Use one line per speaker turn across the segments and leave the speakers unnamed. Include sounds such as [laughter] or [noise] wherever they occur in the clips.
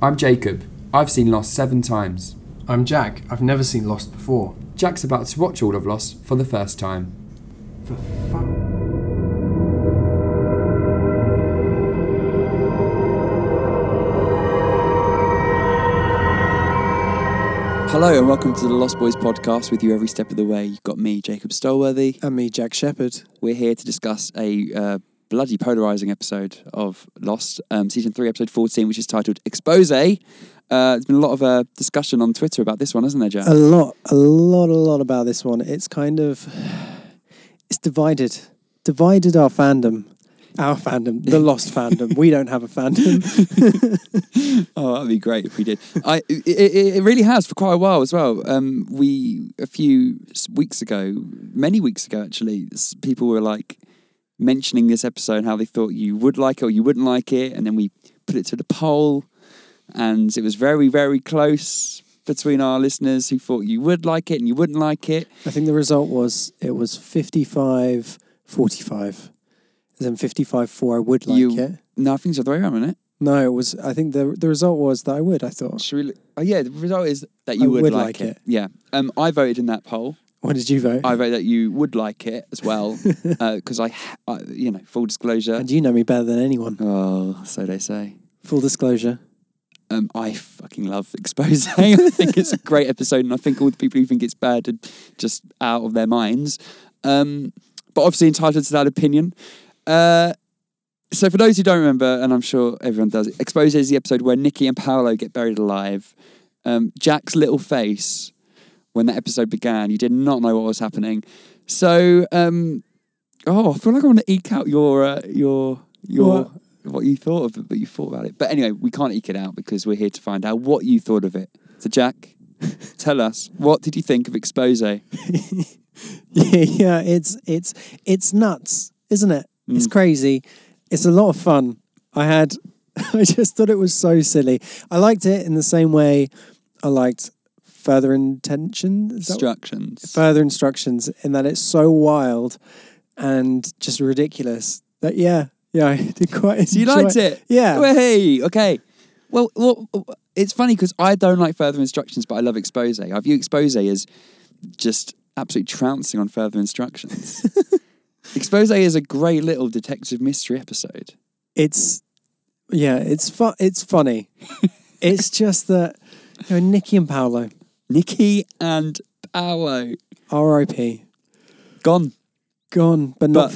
I'm Jacob. I've seen Lost seven times.
I'm Jack. I've never seen Lost before.
Jack's about to watch all of Lost for the first time.
For fu-
Hello and welcome to the Lost Boys podcast with you every step of the way. You've got me, Jacob Stolworthy.
and me, Jack Shepherd.
We're here to discuss a uh, bloody polarizing episode of Lost, um, season three, episode 14, which is titled Expose. Uh, there's been a lot of uh, discussion on Twitter about this one, hasn't there, Jack?
a lot, a lot, a lot about this one. It's kind of it's divided, divided our fandom, our
[laughs]
fandom, the lost fandom. We don't have a fandom.
Oh, that'd be great if we did. [laughs] I it, it, it really has for quite a while as well. Um, we a few s- weeks ago, many weeks ago actually, s- people were like mentioning this episode and how they thought you would like it or you wouldn't like it, and then we put it to the poll, and it was very very close between our listeners who thought you would like it and you wouldn't like it.
I think the result was it was 55 45. And then 55 4, I would like
You-
it.
No, I think it's the other way around, isn't it?
No, it was, I think the the result was that I would, I thought.
Should we, look- oh yeah, the result is that you
I
would,
would
like,
like
it.
it.
Yeah. Um, I voted in that poll.
What did you vote?
I vote that you would like it as well, because I, ha- I, you know, full disclosure.
and you know me better than anyone.
Oh, so they say.
Full disclosure.
Um, I fucking love Expose. [laughs] I think it's a great episode, and I think all the people who think it's bad are just out of their minds. Um, but obviously entitled to that opinion. Uh, so for those who don't remember, and I'm sure everyone does, Expose is the episode where Nikki and Paolo get buried alive. Um, Jack's little face when that episode began, you did not know what was happening. So, um, oh, I feel like I want to eke out your uh, your your
What?
what you thought of it, but you thought about it. But anyway, we can't eke it out because we're here to find out what you thought of it. So, Jack, [laughs] tell us what did you think of Expose?
yeah, [laughs] yeah, it's it's it's nuts, isn't it? It's
Mm.
crazy. It's a lot of fun. I had [laughs] I just thought it was so silly. I liked it in the same way I liked further intention is that what-
Instructions.
further instructions in that it's so wild and just ridiculous. That yeah, yeah, [laughs] I did quite
So you liked it?
Yeah.
Way. Okay. Well, well, it's funny because I don't like further instructions, but I love expose. I view expose as just absolute trouncing on further
[laughs]
instructions. expose is a great little detective mystery episode.
it's yeah, it's fu- it's
[laughs]
funny. it's just that you know, Nikki and Paolo,
Nikki and Paolo
R.I.P.
gone,
Gone, but not
But-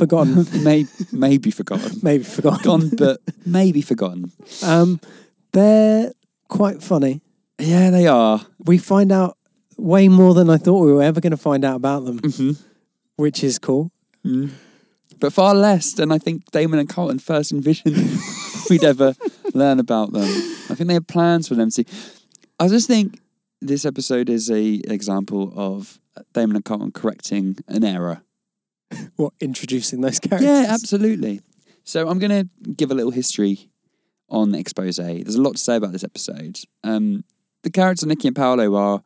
[laughs]
forgotten.
may, maybe forgotten.
Maybe forgotten.
Gone, but maybe forgotten.
Um, they're quite funny.
Yeah, they are.
We find out way more than I thought we were ever going to find out about them,
Mm-hmm.
which is cool.
but far less than I think Damon and Carlton first envisioned [laughs] we'd ever learn about them. I think they had plans for them to. I just think this episode is a example of Damon and Carlton correcting an error.
What introducing those characters?
Yeah, absolutely. So I'm going to give a little history on expose. There's a lot to say about this episode. Um, the characters of Nikki and Paolo are,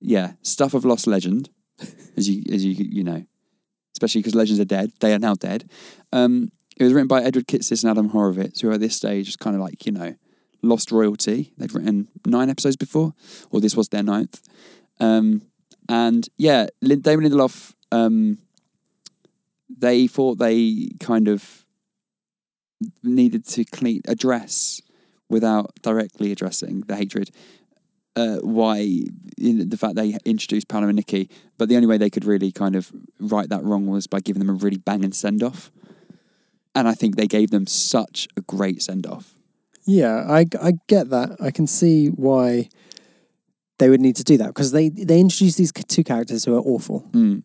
yeah, stuff of lost legend, [laughs] as you as you you know, especially because legends are dead. They are now dead. Um, it was written by Edward Kitsis and Adam Horowitz, who at this stage is kind of like you know, lost royalty. They'd written nine episodes before, or this was their ninth. Um, and yeah, Lin- Damon Lindelof. Um, they thought they kind of needed to clean address without directly addressing the hatred. Uh, why you know, the fact they introduced Paolo and Nikki, but the only way they could really kind of right that wrong was by giving them a really banging send off, and I think they gave them such a great send off.
Yeah, I, I get that. I can see why they would need to do that because they they introduce these two characters who are awful
Mm.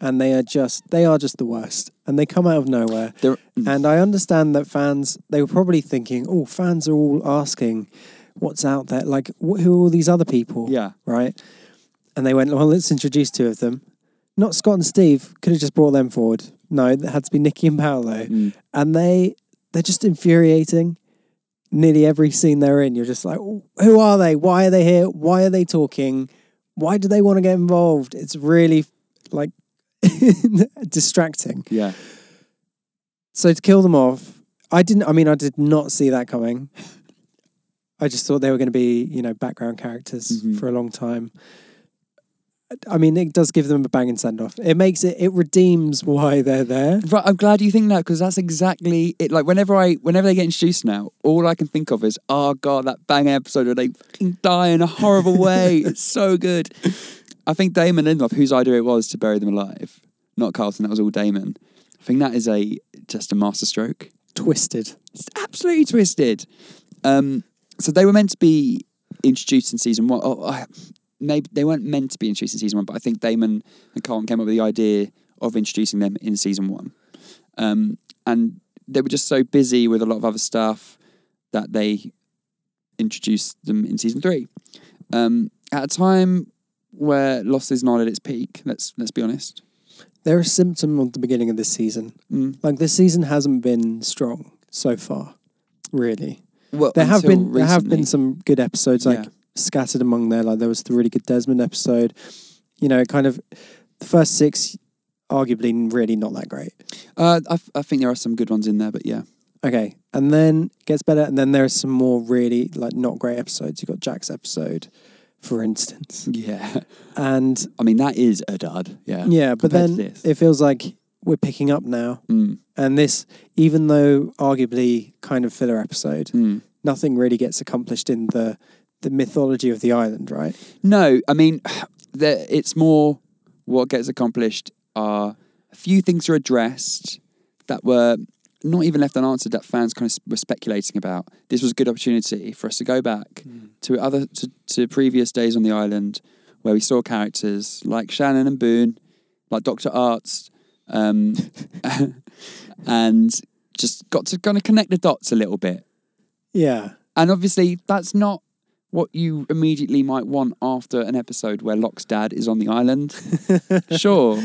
and they are just they are just the worst and they come out of nowhere.
They're-
And I understand that fans, they were probably thinking, oh, fans are all asking what's out there. Like, wh- who are all these other people?
Yeah.
Right? And they went, well, let's introduce two of them. Not Scott and Steve, could have just brought them forward. No, it had to be Nikki and Paolo. And they, they're just infuriating. Nearly every scene they're in, you're just like, who are they? Why are they here? Why are they talking? Why do they want to get involved? It's really like [laughs] distracting.
Yeah,
So to kill them off, I didn't. I mean, I did not see that coming. I just thought they were going to be, you know, background characters
Mhm.
for a long time. I mean, it does give them a banging send off. It makes it, it redeems why they're there.
Right, I'm glad you think that because that's exactly it. Like whenever I, whenever they get introduced now, all I can think of is, oh god, that bang episode where they fucking die in a horrible way. it's so good. I think Damon Lindelof, whose idea it was to bury them alive, not Carlton. That was all Damon. I think that is a just a masterstroke.
Twisted.
It's absolutely twisted. Um, so they were meant to be introduced in season one. Oh, I, maybe they weren't meant to be introduced in season one, but I think Damon and Carlton came up with the idea of introducing them in season one. Um, and they were just so busy with a lot of other stuff that they introduced them in season three. Um, at a time where loss is not at its peak, let's let's be honest.
They're a symptom of the beginning of this season.
Mm.
Like, this season hasn't been strong so far, really.
Well,
There have
until
been there have been
recently.
some good episodes like
Yeah.
scattered among there. Like there was the really good Desmond episode. You know, kind of the first six, arguably really not that great.
Uh, I, I think there are some good ones in there, but yeah.
Okay, and then gets better, and then there are some more really like not great episodes. You got Jack's episode, for instance,
Yeah.
and
I mean, that is a dud. Yeah.
yeah, but
compared to
then
this.
it feels like we're picking up now.
Mm,
And this, even though arguably kind of filler episode,
mm.
nothing really gets accomplished in the the mythology of the island, right?
No, I mean, [sighs] the, it's more what gets accomplished are a few things are addressed that were not even left unanswered that fans kind of were speculating about. This was a good opportunity for us to go back to other to, to previous days on the island where we saw characters like Shannon and Boone, like Doctor Arts, um, [laughs] and just got to kind of connect the dots a little bit.
Yeah.
And obviously, that's not what you immediately might want after an episode where Locke's dad is on the island. sure.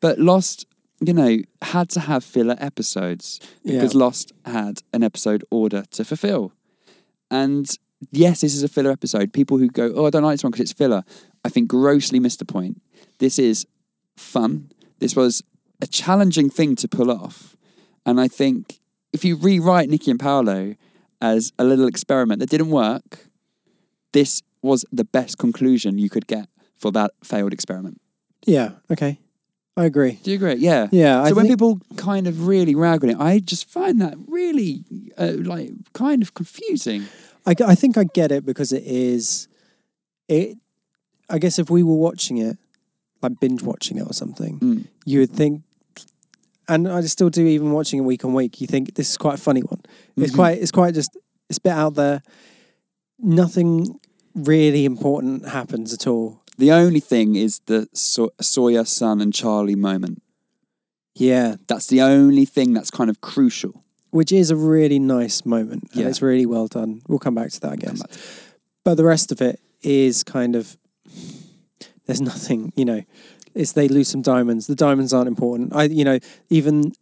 But Lost, you know, had to have filler episodes because Lost had an episode order to fulfill. And yes, this is a filler episode. People who go, oh, I don't like this one because it's filler, I think grossly missed the point. This is fun. This was a challenging thing to pull off. And I think if you rewrite Nikki and Paolo as a little experiment that didn't work, this was the best conclusion you could get for that failed experiment.
Yeah. Okay. I agree.
Do you agree? Yeah.
Yeah. I
So when
think-
people kind of really rag on it, I just find that really uh, like kind of confusing.
I, g- I think I get it because it is, it. I guess if we were watching it, like binge watching it or something,
Mm.
you would think, and I still do even watching it week on week. You think this is quite a funny one. It's
Mhm.
quite. It's quite just. It's a bit out there. Nothing really important happens at all.
The only thing is the so- Sawyer, Son, and Charlie moment.
Yeah,
That's the only thing that's kind of crucial.
which is a really nice moment.
Yeah.
And it's really well done. We'll come back to that, I
Come
guess.
back to-
but the rest of it is kind of [sighs] there's nothing you know it's they lose some diamonds the diamonds aren't important i you know even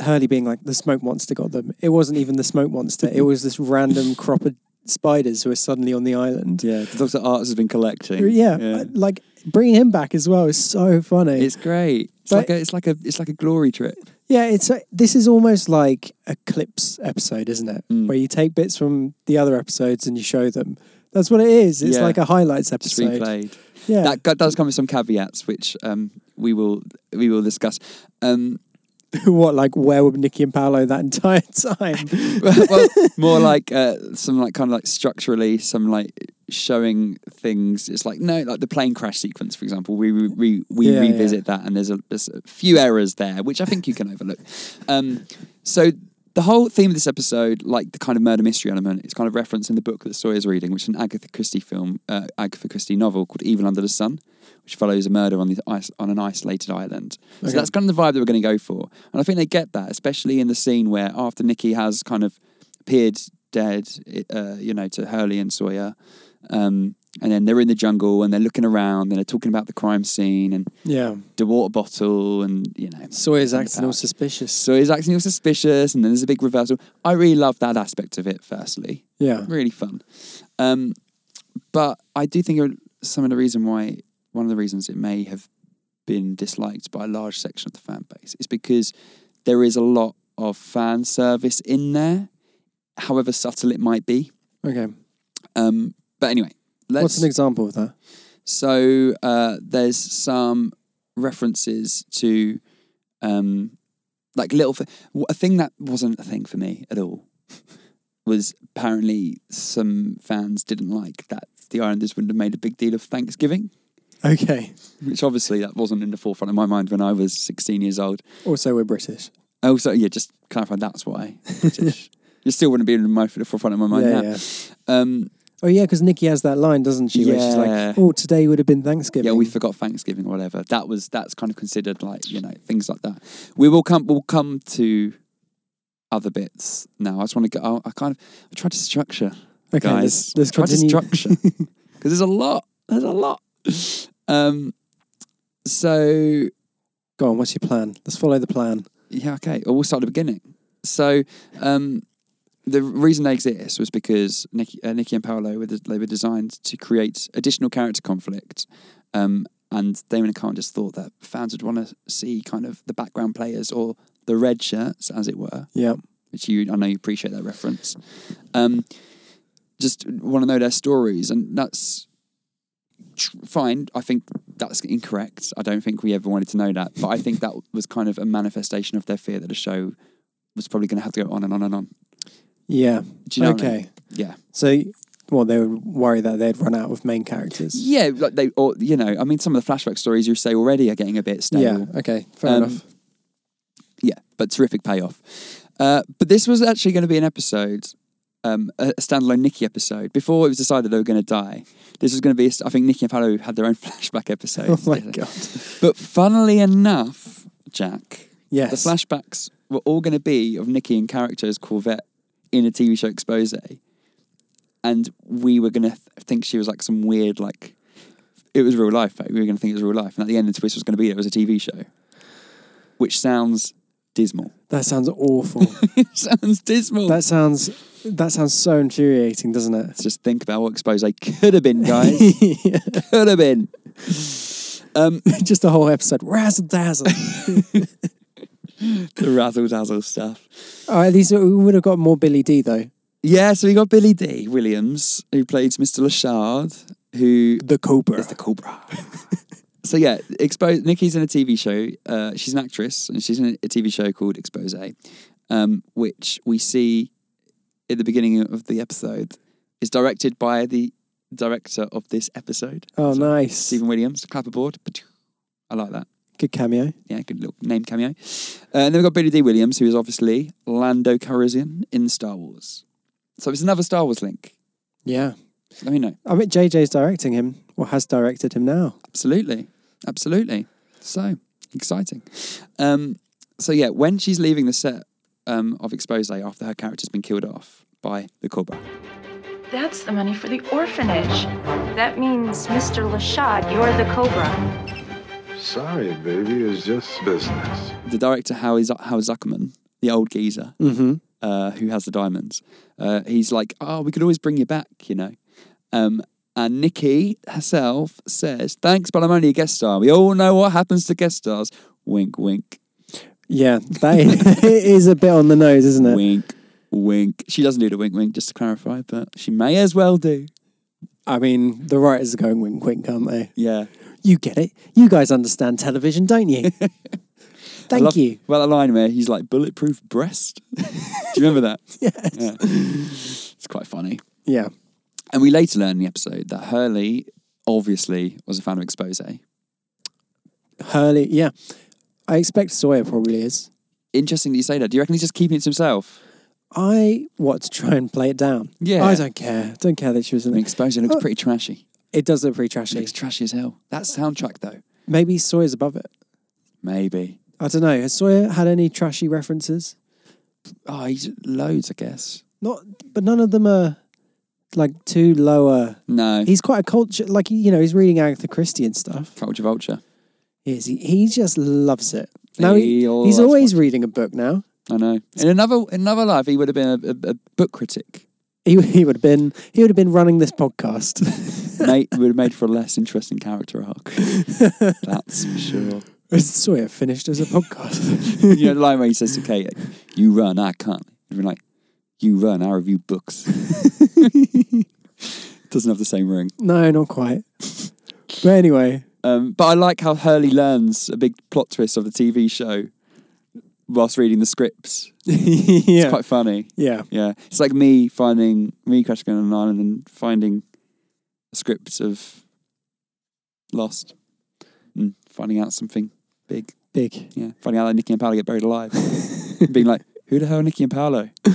hurley being like the smoke monster got them it wasn't even the smoke monster it was this
[laughs]
random crop of spiders who are suddenly on the island
Yeah, the Doctor Arts has been collecting.
yeah, I- like bringing him back as well is so funny
It's great. It's
But-
like a it's like a it's like a glory trip.
yeah it's a, this is almost like a clips episode isn't it
Mm.
where you take bits from the other episodes and you show them that's what it is it's
Yeah.
like a highlights
Just
episode
replayed.
yeah
That go- does come with some caveats, which um, we will we will discuss. Um,
[laughs] what like where were Nikki and Paolo that [laughs] entire time?
[laughs] well, more
[laughs]
like uh, some like kind of like structurally, some like showing things. It's like no, like the plane crash sequence, for example. We we we, we
Yeah,
revisit that, and there's a, there's a few errors there, which I think you can overlook. Um, so the whole theme of this episode, like the kind of murder mystery element, is kind of referenced in the book that Sawyer's reading, which is an Agatha Christie film, uh, Agatha Christie novel called Evil Under the Sun, which follows a murder on the ice, on an isolated island. So
Okay.
that's kind of the vibe that we're going to go for, and I think they get that, especially in the scene where after Nikki has kind of appeared dead, uh, you know, to Hurley and Sawyer. Um, and then they're in the jungle and they're looking around and they're talking about the crime scene and
yeah,
the water bottle and, you know.
Sawyer's
acting all
suspicious.
So he's acting all suspicious and then there's a big reversal. I really love that aspect of it, firstly.
Yeah,
Really fun. Um, but I do think it- some of the reason why, one of the reasons it may have been disliked by a large section of the fan base is because there is a lot of fan service in there, however subtle it might be.
okay,
Um, but anyway, let's.
What's an example of that?
So uh, there's some references to um, like little thi- w- a thing that wasn't a thing for me at all [laughs] was apparently some fans didn't like that the Islanders wouldn't have made a big deal of Thanksgiving,
Okay.
which obviously that wasn't in the forefront of my mind when I was 16 years old.
Also, we're British.
Also, yeah, just clarify that's why
[laughs]
British. it still wouldn't be in my the forefront of my mind
yeah,
now.
yeah.
Um,
Oh yeah, because Nikki has that line, doesn't she? Where she's
Yeah.
like, "Oh, today would have been Thanksgiving."
Yeah, we forgot Thanksgiving or whatever. That was that's kind of considered like you know things like that. We will come. We'll come to other bits now. I just want to go. I, I kind of I tried to structure,
okay,
guys.
Let's, let's
I tried to
continue.
structure
[laughs]
because there's a lot. There's a lot. Um. So
Go on. What's your plan? Let's follow the plan.
yeah, okay. Well, we'll start at the beginning. So, um, the reason they exist was because Nicky, uh, Nicky and Paolo were, they were designed to create additional character conflict, um, and Damon and Khan just thought that fans would want to see kind of the background players or the red shirts, as it were,
Yeah.
which you I know you appreciate that reference. Um, just want to know their stories, and that's tr- fine. I think that's incorrect. I don't think we ever wanted to know that, but I think that was kind of a manifestation of their fear that the show was probably going to have to go on and on and on.
Yeah.
Do you know? what I mean?
okay.
Yeah.
So, well, they would worry that they'd run out of main characters.
Yeah, like they, or you know, I mean, some of the flashback stories you say already are getting a bit stale.
Yeah. Okay.
Um,
Fair enough.
yeah, but terrific payoff. Uh, but this was actually going to be an episode, um, a a standalone Nikki episode. Before it was decided they were going to die, this was going to be. a st- I think Nikki and Paolo had their own [laughs] flashback episode.
[laughs] Oh my [laughs] god.
But funnily enough, Jack,
Yes.
the flashbacks were all going to be of Nikki and characters Corvette in a TV show expose, and we were going to th- think she was like some weird like. It was real life. Like, we were going to think it was real life, and at the end, the twist was going to be that it was a TV show, which sounds dismal. [laughs]
That sounds [laughs] awful.
It sounds dismal.
that sounds that sounds so infuriating, doesn't it?
Let's just think about what expose could have been,
[laughs]
guys. could have been. Um, [laughs]
Just the whole episode razzle [laughs] dazzle.
the razzle dazzle stuff.
oh, at least we would have got more Billy D though.
Yeah, so we got Billy D. Williams, who played Mr. Lashard, who
The Cobra.
is the Cobra. so yeah, expose. Nikki's in a TV show. Uh, she's an actress, and she's in a TV show called Expose, um, which we see at the beginning of the episode is directed by the director of this episode,
oh, nice.
Stephen Williams. Clap aboard. I like that.
Good cameo.
yeah, good little name cameo. Uh, and then we've got Billy D. Williams, who is obviously Lando Calrissian in Star Wars. So it's another Star Wars link.
Yeah.
Let me know.
I mean, JJ's directing him, or has directed him now.
Absolutely. Absolutely. So exciting. Um, so yeah, when she's leaving the set um, of Expose after her character's been killed off by the Cobra.
That's the money for the orphanage. That means, Mr. Lashad, you're the Cobra.
Sorry, baby, it's just business.
the director Howie, Z- Howie Zuckerman, the old geezer
Mm-hmm.
uh, who has the diamonds, uh, he's like, "Oh, we could always bring you back," you know. Um, and Nikki herself says, "Thanks, but I'm only a guest star. We all know what happens to guest stars." Wink, wink,
Yeah, that is, [laughs] it is a bit on the nose, isn't it?
wink, wink. She doesn't do the wink, wink, just to clarify, but she may as well do.
I mean, the writers are going wink wink, aren't they?
Yeah.
You get it. You guys understand television,
[laughs]
don't you?
I
Thank
love-
you.
Well, that line where he's like, "Bulletproof breast." [laughs] do you remember that?
[laughs] Yes.
Yeah. It's quite funny.
Yeah.
And we later learn in the episode that Hurley obviously was a fan of Expose.
Hurley, yeah. I expect Sawyer probably is.
Interesting that you say that. Do you reckon he's just keeping it to himself?
I want to try and play it down.
Yeah.
I don't care. Don't care that she was
I
in
mean,
it.
Expose looks
Oh.
pretty trashy.
It does look pretty
It
trashy.
looks trashy as hell. That soundtrack, though.
Maybe Sawyer's above it.
Maybe.
I don't know. Has Sawyer had any trashy references?
Oh, he's loads, I guess.
Not, but none of them are like too lower.
No.
He's quite a culture, like he- you know, he's reading Agatha Christie and stuff.
Culture Vulture.
He Is he? He just loves it. Now
He
he,
loves
he's always
watching.
reading a book. Now
I know. In another in another life, he would have been a, a, a book critic.
he he would have been he would have been running this podcast. [laughs]
Mate would have made for a less interesting character arc. That's for sure.
Is Sawyer finished as a podcast? [laughs]
you know, the line where he says to Kate, like, "You run, I can't." He'd be like, "You run, I review books." [laughs] Doesn't have the same ring.
No, not quite. but anyway, [laughs]
Um, but I like how Hurley learns a big plot twist of the TV show whilst reading the scripts. It's
yeah,
quite funny.
yeah,
Yeah, it's like me finding me crashing on an island and finding a script of Lost and finding out something big.
big.
Yeah, finding out that Nicky and Paolo get buried [laughs] alive. Being like, who the hell are Nicky and Paolo? [laughs]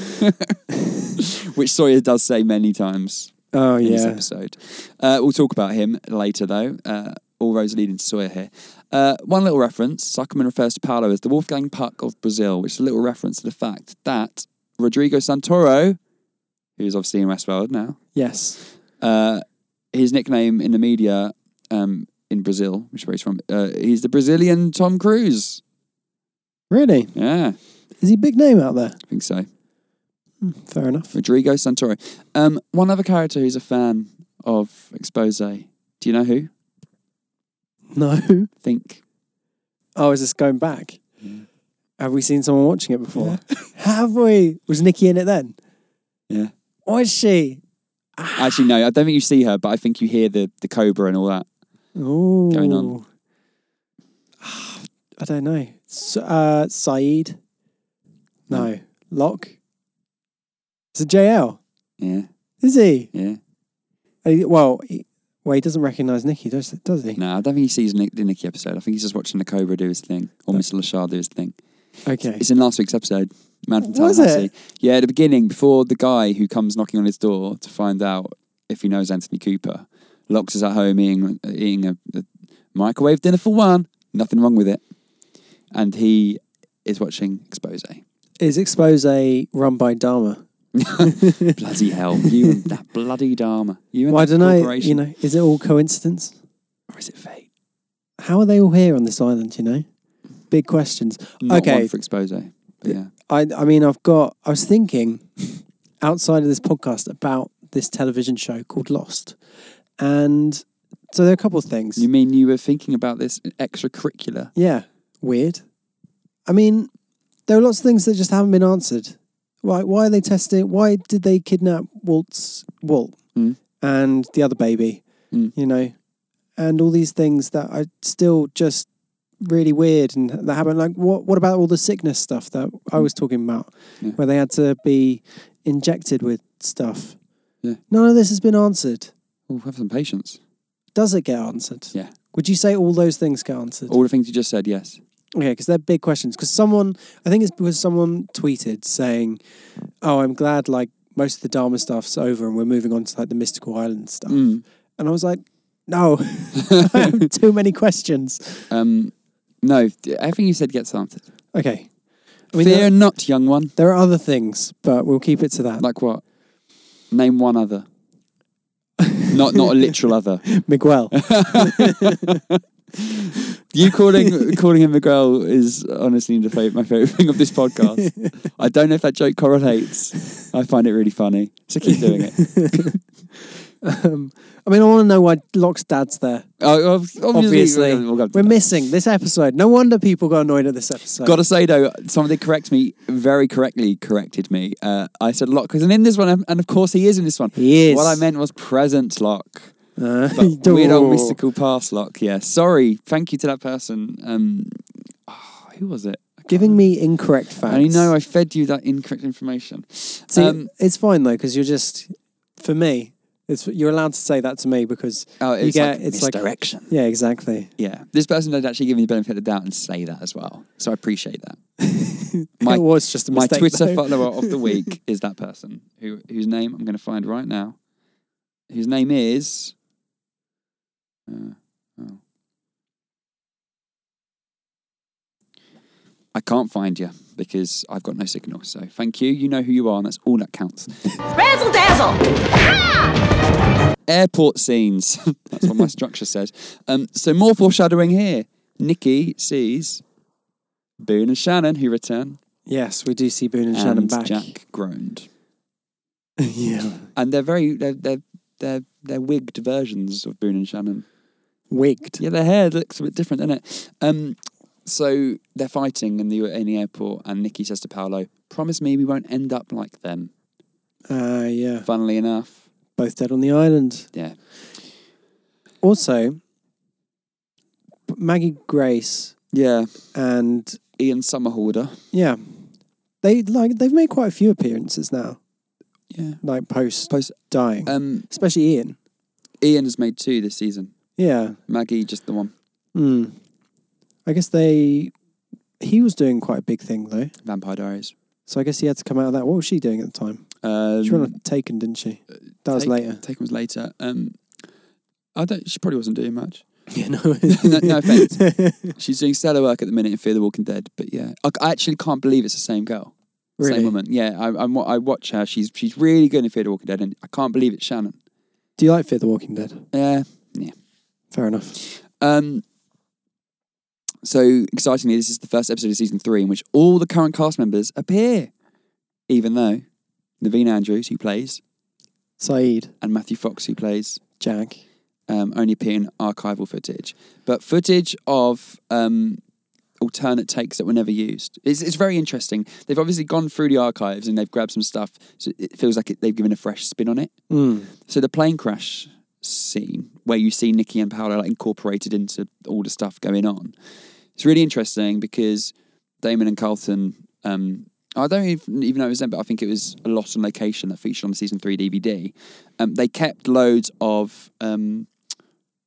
Which Sawyer does say many times
Oh
in this
yeah,
episode. Uh, we'll talk about him later, though. Uh, all roads leading to Sawyer here. Uh, one little reference Zuckerman refers to Paolo as the Wolfgang Puck of Brazil, which is a little reference to the fact that Rodrigo Santoro, who's obviously in Westworld now,
yes,
uh, his nickname in the media um, in Brazil, which is where he's from, uh, he's the Brazilian Tom Cruise.
really.
Yeah,
Is he a big name out there?
I think so.
Fair enough. [laughs]
Rodrigo Santoro. Um, one other character who's a fan of Expose. Do you know who?
No.
Think.
Oh, is this going back?
Mm.
Have we seen someone watching it before? [laughs] Have we? Was Nikki in it then?
Yeah.
Was she?
Actually, no, I don't think you see her, but I think you hear the, the cobra and all that.
Ooh. Ah,
Going on.
I don't know. S- uh, Saeed? No. Locke? Is it JL?
Yeah,
Is he?
yeah.
Uh, Well, he, well, he doesn't recognise Nikki, does, does he?
No, I don't think he sees Nick, the Nicky episode. I think he's just watching the cobra do his thing or Mr. Lashard do his thing.
Okay.
It's in last week's episode, Man from
Was
Tallahassee.
it?
Yeah, at the beginning, before the guy who comes knocking on his door to find out if he knows Anthony Cooper, Locks is at home eating, eating a, a microwave dinner for one. Nothing wrong with it. And he is watching Expose. [laughs]
Is Expose run by Dharma?
bloody hell. You and that bloody Dharma. You and
Well, I
that
don't know.
corporation.
You know, is it all coincidence?
Or is it fate?
How are they all here on this island? You know, big questions.
Not
okay,
one for expose. But yeah.
I I mean, I've got. I was thinking outside of this podcast about this television show called Lost, and so there are a couple of things.
You mean you were thinking about this extracurricular?
yeah, weird. I mean, there are lots of things that just haven't been answered. Like, why are they testing? Why did they kidnap Walt's Walt
Mm.
and the other baby?
Mm.
You know, and all these things that are still just really weird and that happen. Like, what what about all the sickness stuff that I was talking about,
Yeah.
where they had to be injected with stuff?
Yeah.
None of this has been answered.
Oh, have some patience.
Does it get answered?
Yeah.
Would you say all those things get answered?
All the things you just said, yes.
Okay, because they're big questions. Because someone, I think it's because someone tweeted saying, "Oh, I'm glad like most of the Dharma stuff's over and we're moving on to like the mystical island stuff."
Hmm.
And I was like, "No, [laughs]
[laughs]
I have too many questions."
Um, no, everything you said gets answered.
Okay, I mean,
Fear
there,
not, young one.
there are other things, but we'll keep it to that.
Like what? Name one other. not not a literal other.
Miguel,
[laughs] You calling calling him Miguel is honestly the fav- my favorite thing of this podcast. [laughs] I don't know if that joke correlates. I find it really funny, so keep doing [laughs] it.
I mean, I want to know why Locke's dad's there.
Oh, obviously,
Obviously,
we'll go-
we're missing this episode. No wonder people got annoyed at this episode. [laughs]
Gotta say though, somebody correct me very correctly. Corrected me. Uh, I said Locke isn't in this one, and of course he is in this one.
He is.
What I meant was present Locke,
Uh,
but weird old mystical past Locke. Yeah, sorry. Thank you to that person. Um, oh, who was it?
Giving me incorrect facts.
I know I fed you that incorrect information.
See,
Um,
it's fine though because you're just for me. It's you're allowed to say that to me because
Oh, it's
you get
like
it's
misdirection.
like yeah, exactly.
Yeah, this person did actually give me the benefit of the doubt and say that as well. So I appreciate that.
it was just a
my
mistake.
Twitter
though.
follower of the
[laughs]
week is that person who whose name I'm going to find right now. Whose name is. Uh, oh. I can't find you because I've got no signal. So thank you. You know who you are, and that's all that
[laughs]
counts.
Razzle dazzle!
Airport scenes. [laughs] that's what my structure says. Um, so more foreshadowing here. Nikki sees Boone and Shannon, who return,
Yes, we do see Boone and,
and
Shannon back.
Jack groaned.
[laughs] yeah,
and they're very they're they're they're, they're wigged versions of Boone and Shannon.
wigged.
Yeah, their hair looks a bit different, doesn't it? Um, so they're fighting in the in the airport, and Nikki says to Paolo, "Promise me we won't end up like them."
Uh, yeah.
Funnily enough,
both dead on the island.
Yeah.
Also, Maggie Grace
Yeah.
and
Ian Somerhalder.
yeah, they like they've made quite a few appearances now,
Yeah.
like post
Post-
dying,
Um,
especially Ian.
Ian has made two this season.
Yeah,
Maggie, just the one.
Hmm. I guess they. He was doing quite a big thing though,
Vampire Diaries.
so I guess he had to come out of that. What was she doing at the time?
Um,
She was on Taken, didn't she? That was
Take- [laughs]
later.
Uh, Taken was later. Um, I don't. She probably wasn't doing much.
Yeah, no,
no, [laughs] no
[laughs]
offense. She's doing stellar work at the minute in Fear the Walking Dead. But yeah, I, I actually can't believe it's the same girl,
Really?
same woman. Yeah, I, I'm, I watch her. She's she's really good in Fear the Walking Dead, and I can't believe it's Shannon.
Do you like Fear the Walking Dead?
Yeah.
Fair enough.
Um. So excitingly, this is the first episode of season three in which all the current cast members appear, even though Naveen Andrews, who plays,
Saeed,
and Matthew Fox, who plays,
Jack.
um, only appear in archival footage, but footage of um, alternate takes that were never used. It's, it's very interesting. They've obviously gone through the archives and they've grabbed some stuff, so it feels like it, they've given a fresh spin on it.
Mm.
So the plane crash scene, where you see Nikki and Paolo like, incorporated into all the stuff going on, it's really interesting because Damon and Carlton. Um, I don't even even know it was them, but I think it was a lot on location that featured on the season three DVD. Um, they kept loads of um,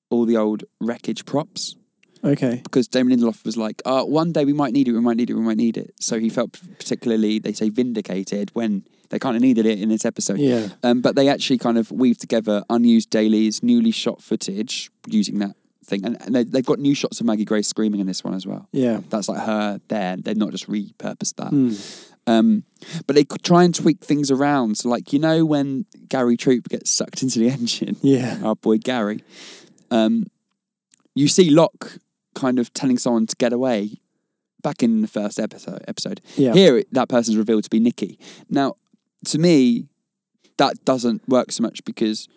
all the old wreckage props
Okay.
because Damon Lindelof was like, uh, one day we might need it, we might need it, we might need it. So he felt particularly, they say, vindicated when they kind of needed it in this episode.
Yeah.
Um, but they actually kind of weave together unused dailies, newly shot footage using that thing. And, and they, they've got new shots of Maggie Grace screaming in this one as well.
Yeah.
That's like her there. They've not just repurposed that.
Mm.
Um, but they could try and tweak things around. So, like, you know, when Gary Troop gets sucked into the [laughs] engine,
Yeah.
our boy Gary, um, you see Locke kind of telling someone to get away back in the first episode. episode.
Yeah.
Here, it- that person's revealed to be Nikki. Now, to me, that doesn't work so much because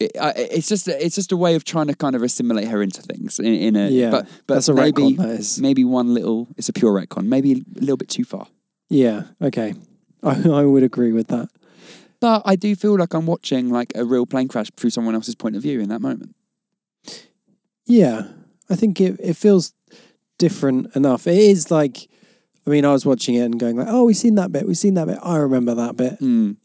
it, I, it's just a- it's just a way of trying to kind of assimilate her into things in, in a
Yeah.
but but
That's a
maybe
retcon, that is.
maybe one little it's a pure retcon maybe a little bit too far
Yeah. Okay. I, I would agree with that.
but I do feel like I'm watching like a real plane crash through someone else's point of view in that moment
Yeah, I think it, it feels different enough. It is like, I mean, I was watching it and going like, oh, we've seen that bit, we've seen that bit. I remember that bit,
mm.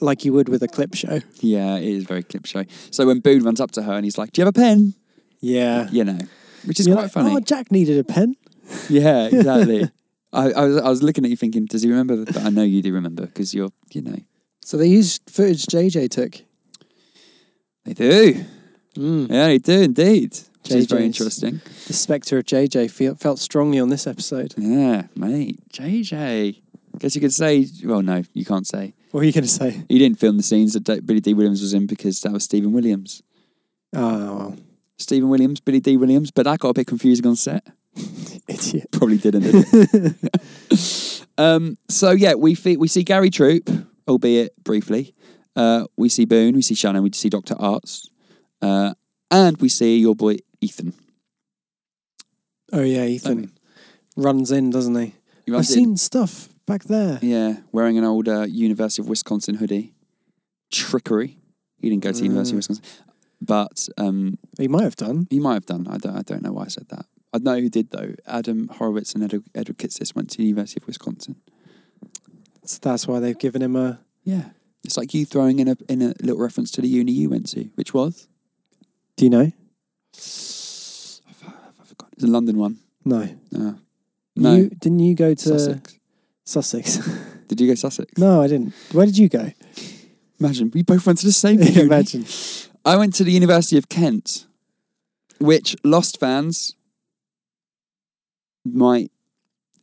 like you would with a clip show.
Yeah, it is very clip show. So when Boone runs up to her and he's like, "Do you have a pen?"
Yeah,
You know, which is
You're
quite
like,
funny.
Oh, Jack needed a pen.
yeah, [laughs] exactly. I, I was I was looking at you thinking, does he remember? That? But I know you do remember because you're you know
So they used footage JJ took.
they do.
Mm.
Yeah, they do indeed. Which is very
JJ's.
interesting.
The spectre of JJ feel, felt strongly on this episode.
Yeah, mate, JJ. Guess you could say. Well, no, you can't say.
What were you going to say?
He didn't film the scenes that D- Billy D. Williams was in because that was Stephen Williams.
Oh, well,
Stephen Williams, Billy D. Williams, but that got a bit confusing on set.
idiot.
probably didn't. Did it? [laughs] um, so yeah, we fe- we see Gary Troop, albeit briefly. Uh, we see Boone, we see Shannon, we see Doctor Arts, uh, and we see your boy Ethan.
Oh yeah, Ethan runs in, doesn't he?
You
I've
must-
seen stuff back there.
yeah, wearing an old uh, University of Wisconsin hoodie. Trickery. He didn't go to University of
Mm.
Wisconsin, but um,
He might have done.
he might have done. I don't. I don't know why I said that. I know who did though. Adam Horowitz and Edward, Edward Kitsis went to University of Wisconsin.
So that's why they've given him a
Yeah. It's like you throwing in a in a little reference to the uni you went to, which was
Do you know?
I forgot. It's a London one.
No.
No. No.
You, didn't you go to
Sussex.
Sussex? [laughs]
Did you go Sussex?
no, I didn't. Where did
[laughs]
you go? [laughs]
Imagine. We both went to the same uni.
Imagine.
I went to the University of Kent, which Lost fans might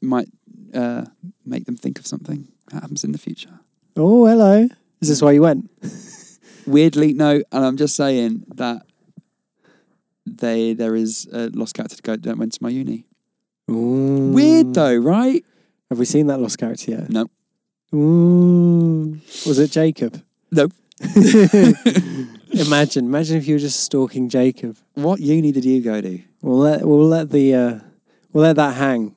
might uh, make them think of something that happens in the future.
Oh, hello. Is this why you went?
Weirdly, no, and I'm just saying that they there is a lost character to go that went to my uni.
Ooh.
Weird though, right?
Have we seen that lost character yet?
No.
Ooh. Was it Jacob?
No.
Imagine. Imagine if you were just stalking Jacob.
What uni did you go to?
We'll let we'll let the uh, we'll let that hang.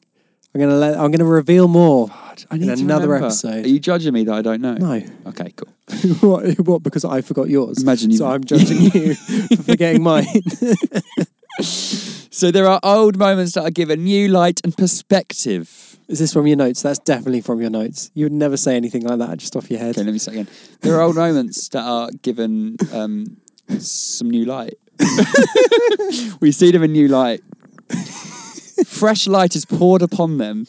I'm gonna let. I'm gonna reveal more. [laughs]
I need
in
to
another
remember.
episode.
Are you judging me that I don't know?
No.
Okay, cool.
what, what? Because I forgot yours.
Imagine you- [laughs]
So I'm judging you [laughs] for forgetting mine. [laughs]
So there are old moments that are given new light and perspective.
Is this from your notes? That's definitely from your notes. You would never say anything like that just off your head.
Okay, let me say again. There are old moments that are given um, some new light. [laughs] we see them in new light. Fresh light is poured upon them.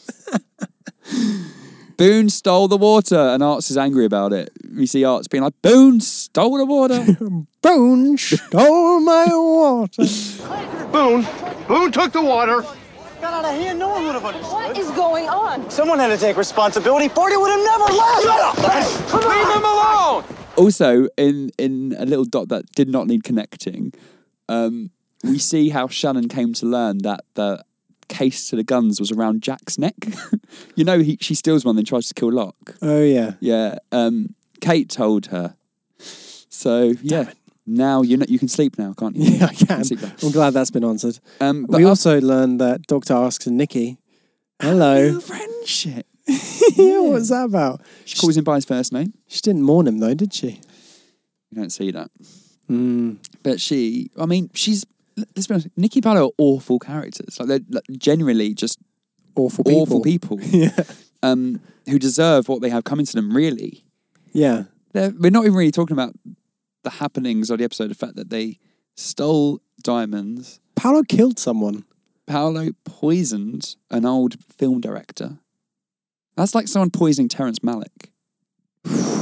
Boone stole the water, and Arts is angry about it. We see Arts being like, Boone stole the water.
[laughs] Bone stole my water.
Boone. Boone took the water.
Got out of hand, no one would have understood.
What is going on?
Someone had to take responsibility for it. It would have never left. Shut up! Come on. Leave him alone.
also in in a little dot that did not need connecting um we see how shannon came to learn that the case to the guns was around jack's neck [laughs] you know he, she steals one then tries to kill locke
Oh yeah.
yeah um kate told her so yeah now you know you can sleep now can't you
[laughs] Yeah, I
You
can.
sleep now.
I'm glad that's been answered.
um but
we
I-
also learned that Doctor asks Nikki, "Hello."
[laughs] friendship
yeah, what was that about?
she calls him by his first name
She didn't mourn him though, did she?
You don't see that. But she, I mean, she's. Let's be honest, Nikki Paolo are awful characters. Like they're like, generally just
Awful people.
awful people. [laughs] yeah. Um, who deserve what they have coming to them. Really,
Yeah.
they're, we're not even really talking about the happenings of the episode. The fact that they stole diamonds.
Paolo killed someone.
Paolo poisoned an old film director. That's like someone poisoning Terrence Malick. [sighs]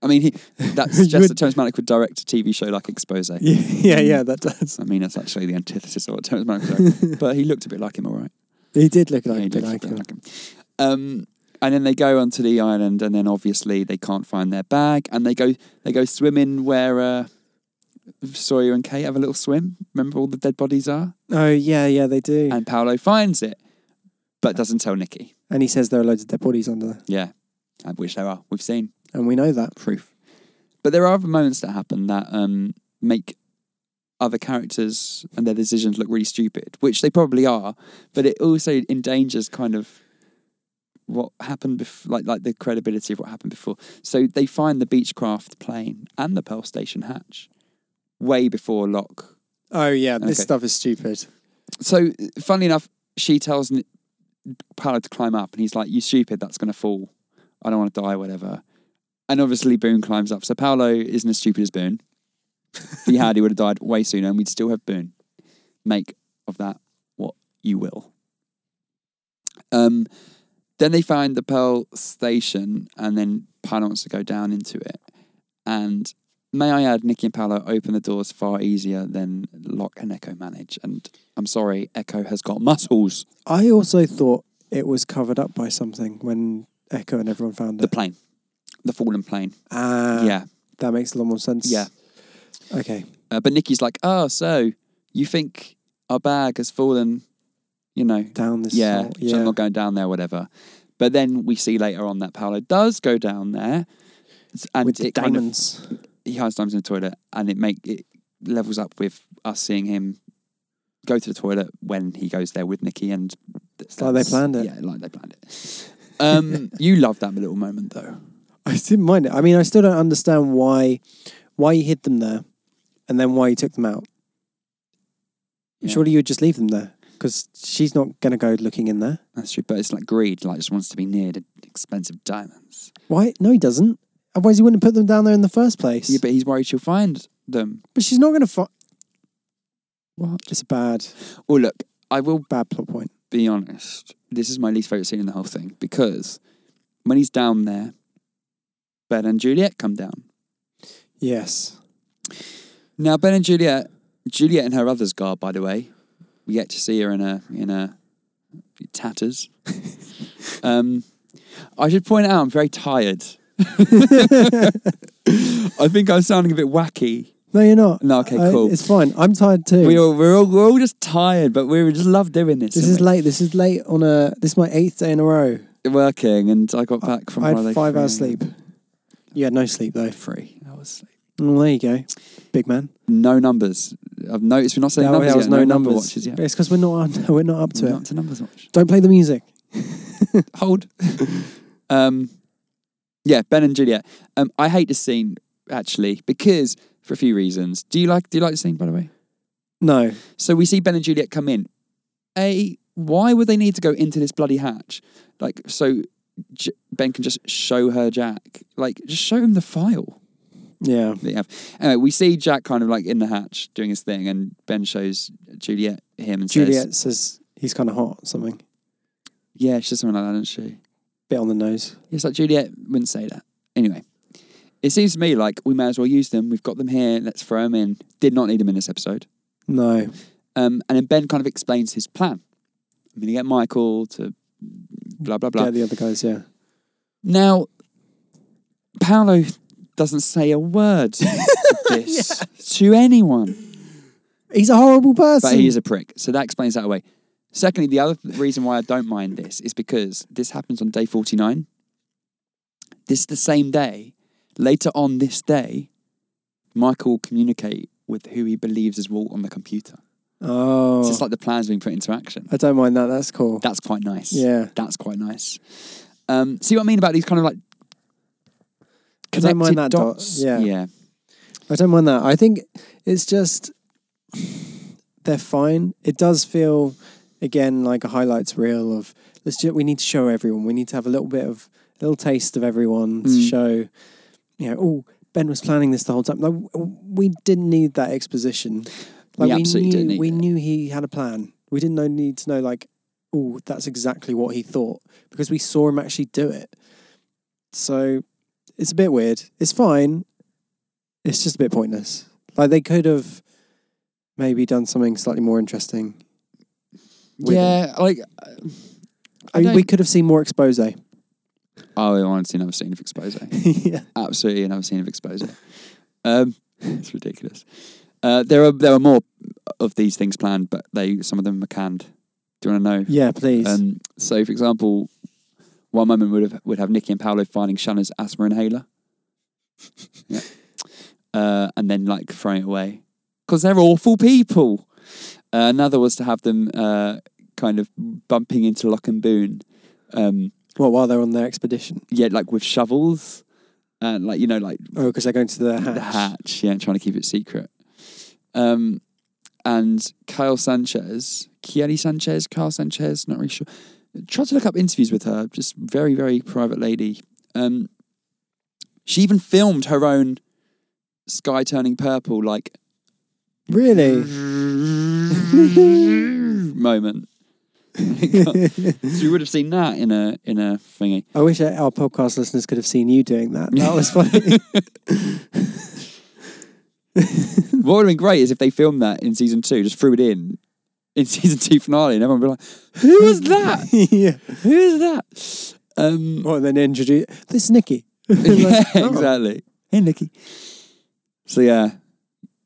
I mean, he, that [laughs] suggests that Terrence Malick would direct a TV show like Expose.
Yeah, yeah, yeah, that does.
I mean, that's actually the antithesis of what Terrence Malick was like. but he looked a bit like him, all right.
[laughs] He did look like,
He
a bit
looked
like him.
Um, and then they go onto the island, and then obviously they can't find their bag, and they go they go swimming where uh, Sawyer and Kate have a little swim. Remember where all the dead bodies are,
Oh yeah, yeah, they do. And,
and Paolo finds it, but doesn't tell Nikki.
he says there are loads of dead bodies under there,
Yeah, I wish there are. We've seen
and we know that.
proof, but there are other moments that happen that um, make other characters and their decisions look really stupid, which they probably are, but it also endangers kind of what happened before, like like the credibility of what happened before. So they find the Beechcraft plane and the Pearl Station hatch way before Locke.
Oh yeah, this
Okay.
stuff is stupid.
So, funnily enough, she tells N- Paolo to climb up, and he's like, "You stupid, that's going to fall. I don't want to die, whatever." And obviously, Boone climbs up. So Paolo isn't as stupid as Boone. If he had, he would have died way sooner, and we'd still have Boone. Make of that what you will. Um, then they find the Pearl Station, and then Paolo wants to go down into it. And may I add, Nikki and Paolo open the doors far easier than Locke and Echo manage. And I'm sorry, Echo has got muscles.
I also thought it was covered up by something when Echo and everyone found
The
it.
plane, the fallen plane.
Ah,
yeah,
that makes a lot more sense.
yeah.
Okay.
Uh, but Nikki's like, oh, so you think our bag has fallen, you know,
Down this.
yeah,
hole.
so
yeah.
I'm not going down there, whatever. But then we see later on that Paolo does go down there, s- and
with the
it kind of-
diamonds.
he hides diamonds in the toilet, and it make it levels up with us seeing him go to the toilet when he goes there with Nikki, and it's
like they planned it.
Yeah, like they planned it.
[laughs]
Um, you love that little moment though.
[laughs] I didn't mind it. I mean, I still don't understand why why you hid them there, and then why you took them out.
Yeah.
Surely you would just leave them there because she's not going to go looking in there.
That's true, but it's like greed, like just wants to be near the expensive diamonds.
Why? No, he doesn't. Otherwise, he wouldn't put them down there in the first place.
Yeah, but he's worried she'll find them.
but she's not going to find.
What?
It's a bad,
Oh look, I will
bad plot point.
be honest, this is my least favorite scene in the whole thing because when he's down there, Ben and Juliet come down.
Yes.
Now Ben and Juliet, Juliet in her other's garb, by the way, we get to see her in a in a
[laughs]
tatters. um, I should point out I'm very
[laughs]
tired. I think I'm sounding a bit wacky.
No, you're not.
No, okay,
I-
cool.
It's fine. I'm tired too.
We all, we're all we're all just tired, but we just love doing this.
this
and
is
we-
late. This is late on a. This is my eighth day in a row.
working, and I got back from
I
holiday
had five hours
free.
sleep. You had no sleep though.
Free hours sleep.
Well, there you go, big man.
No numbers. I've noticed we're not saying
That way
numbers
there was
yet.
no
number
numbers.
watches yet.
It's because we're not on, we're not up [laughs] to
We're
it.
not to numbers watch.
Don't play the music.
Hold. [laughs] um, yeah, Ben and Juliet. Um, I hate this scene actually because for a few reasons. Do you like Do you like the scene by the way?
No.
So we see Ben and Juliet come in. A, why would they need to go into this bloody hatch? Like, so J- Ben can just show her Jack. Like, just show him the file
Yeah.
that you have. Anyway, we see Jack kind of like in the hatch doing his thing, and Ben shows Juliet him and
Juliet
says,
says he's kind of hot or something.
Yeah, she says something like that, doesn't she?
Bit on the nose.
It's like Juliet wouldn't say that. Anyway, it seems to me like we may as well use them. We've got them here. Let's throw them in. Did not need them in this episode.
No.
Um, and then Ben kind of explains his plan. I'm going to get Michael to blah, blah, blah.
Yeah, the other guys, yeah.
Now, Paolo doesn't say a word
[laughs]
of this to anyone,
He's a horrible person.
but he is a prick. So that explains that away. Secondly, the other th- reason why I don't mind this is because this happens on day 49. This is the same day. Later on this day, Michael will communicate with who he believes is Walt on the computer.
oh.
So it's like the plan's being put into action.
I don't mind that. That's cool.
That's quite nice.
Yeah.
That's quite nice. Um, see what I mean about these kind of like
I don't
connected
mind that dot.
dots?
Yeah.
Yeah.
I don't mind that. I think it's just they're fine. It does feel again like a highlights reel of let's just, we need to show everyone. We need to have a little bit of a little taste of everyone to
Mm.
show. You know, oh Ben was planning this the whole time. Like w- we didn't need that exposition. Like
We absolutely
knew,
didn't need
we
it.
knew he had a plan. We didn't know, need to know like, oh, that's exactly what he thought because we saw him actually do it. So it's a bit weird. It's fine. It's just a bit pointless. Like they could have maybe done something slightly more interesting. with it.
Yeah, like
I mean,
don't-
we could have seen
[laughs]
more expose.
oh, I want to see another scene of expose.
yeah,
Absolutely another scene of expose. Um, [laughs] it's ridiculous. Uh, there are there are more of these things planned, but they some of them are canned. Do you want to know?
yeah, please.
Um, so, for example, one moment would have would have Nikki and Paolo finding Shanna's asthma inhaler, [laughs] yeah. uh, and then like throwing it away because they're awful people. Uh, another was to have them uh, kind of bumping into Lock and Boone. Um,
well, while they're on their expedition,
yeah, like with shovels and like you know, like
oh, because they're going to the hatch.
the hatch, yeah, trying to keep it secret. Um, and Kyle Sanchez, Kieli Sanchez, Kyle Sanchez, not really sure. Tried to look up interviews with her, just very, very private lady. Um, she even filmed her own sky turning purple, like
Really?
Mm-hmm. moment. [laughs] so you would have seen that in a in a thingy.
I wish our podcast listeners could have seen you doing that. That was funny.
[laughs] What would have been great is if they filmed that in season two, just threw it in in [laughs] season two finale, and everyone would be like, "Who is that?
[laughs] yeah.
Who is that?"
[laughs]
Um,
Well, then introduce this is Nikki. [laughs]
[laughs]
oh,
yeah, exactly.
Hey, Nikki.
So yeah,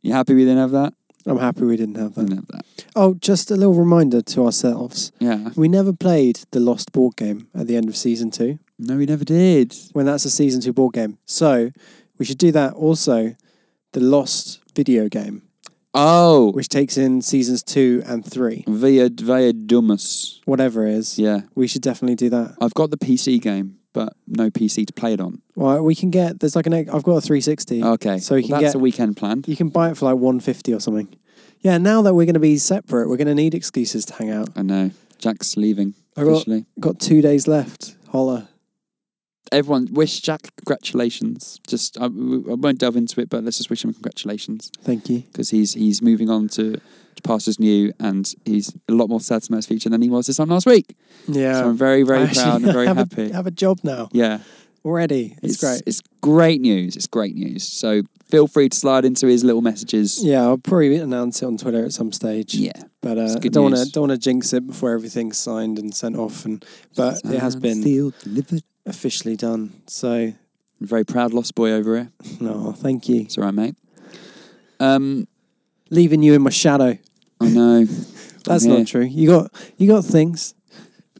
you happy we didn't have that?
I'm happy we didn't have that.
Didn't have that.
Oh, just a little reminder to ourselves.
Yeah.
We never played the Lost board game at the end of season two,
No, we never did.
when that's a season two board game. So we should do that also, the Lost video game,
Oh,
which takes in seasons two and three,
via via dumas.
whatever it is.
Yeah,
We should definitely do that.
I've got the PC game, but no PC to play it on.
Well, we can get, there's like an, ex- I've got a 360.
Okay,
So you
Well,
can
that's
get,
a weekend plan.
you can buy it for like 150 or something. Yeah, now that we're going to be separate, we're going to need excuses to hang out.
I know. Jack's leaving
I got-
officially.
Got two days left. Holla.
Everyone, wish Jack congratulations. Just I, I won't delve into it, but let's just wish him congratulations.
Thank you.
because he's he's moving on to, to pastures new, and he's a lot more sad to future than he was this time last week.
Yeah.
so I'm very very
I actually [laughs]
proud and very
have
happy.
A, have a job now
yeah,
already. It's, great.
It's great news. It's great news. So feel free to slide into his little messages.
Yeah, I'll probably announce it on Twitter at some stage.
Yeah.
but uh,
It's
I
good
don't want
news.
to don't want to jinx it before everything's signed and sent off. And but it has been
Sealed, delivered.
officially done. So
I'm very proud lost boy over here.
no, thank you.
It's all right, mate. Um,
Leaving you in my shadow.
I know.
[laughs] That's
I'm here.
not true. You got you got things.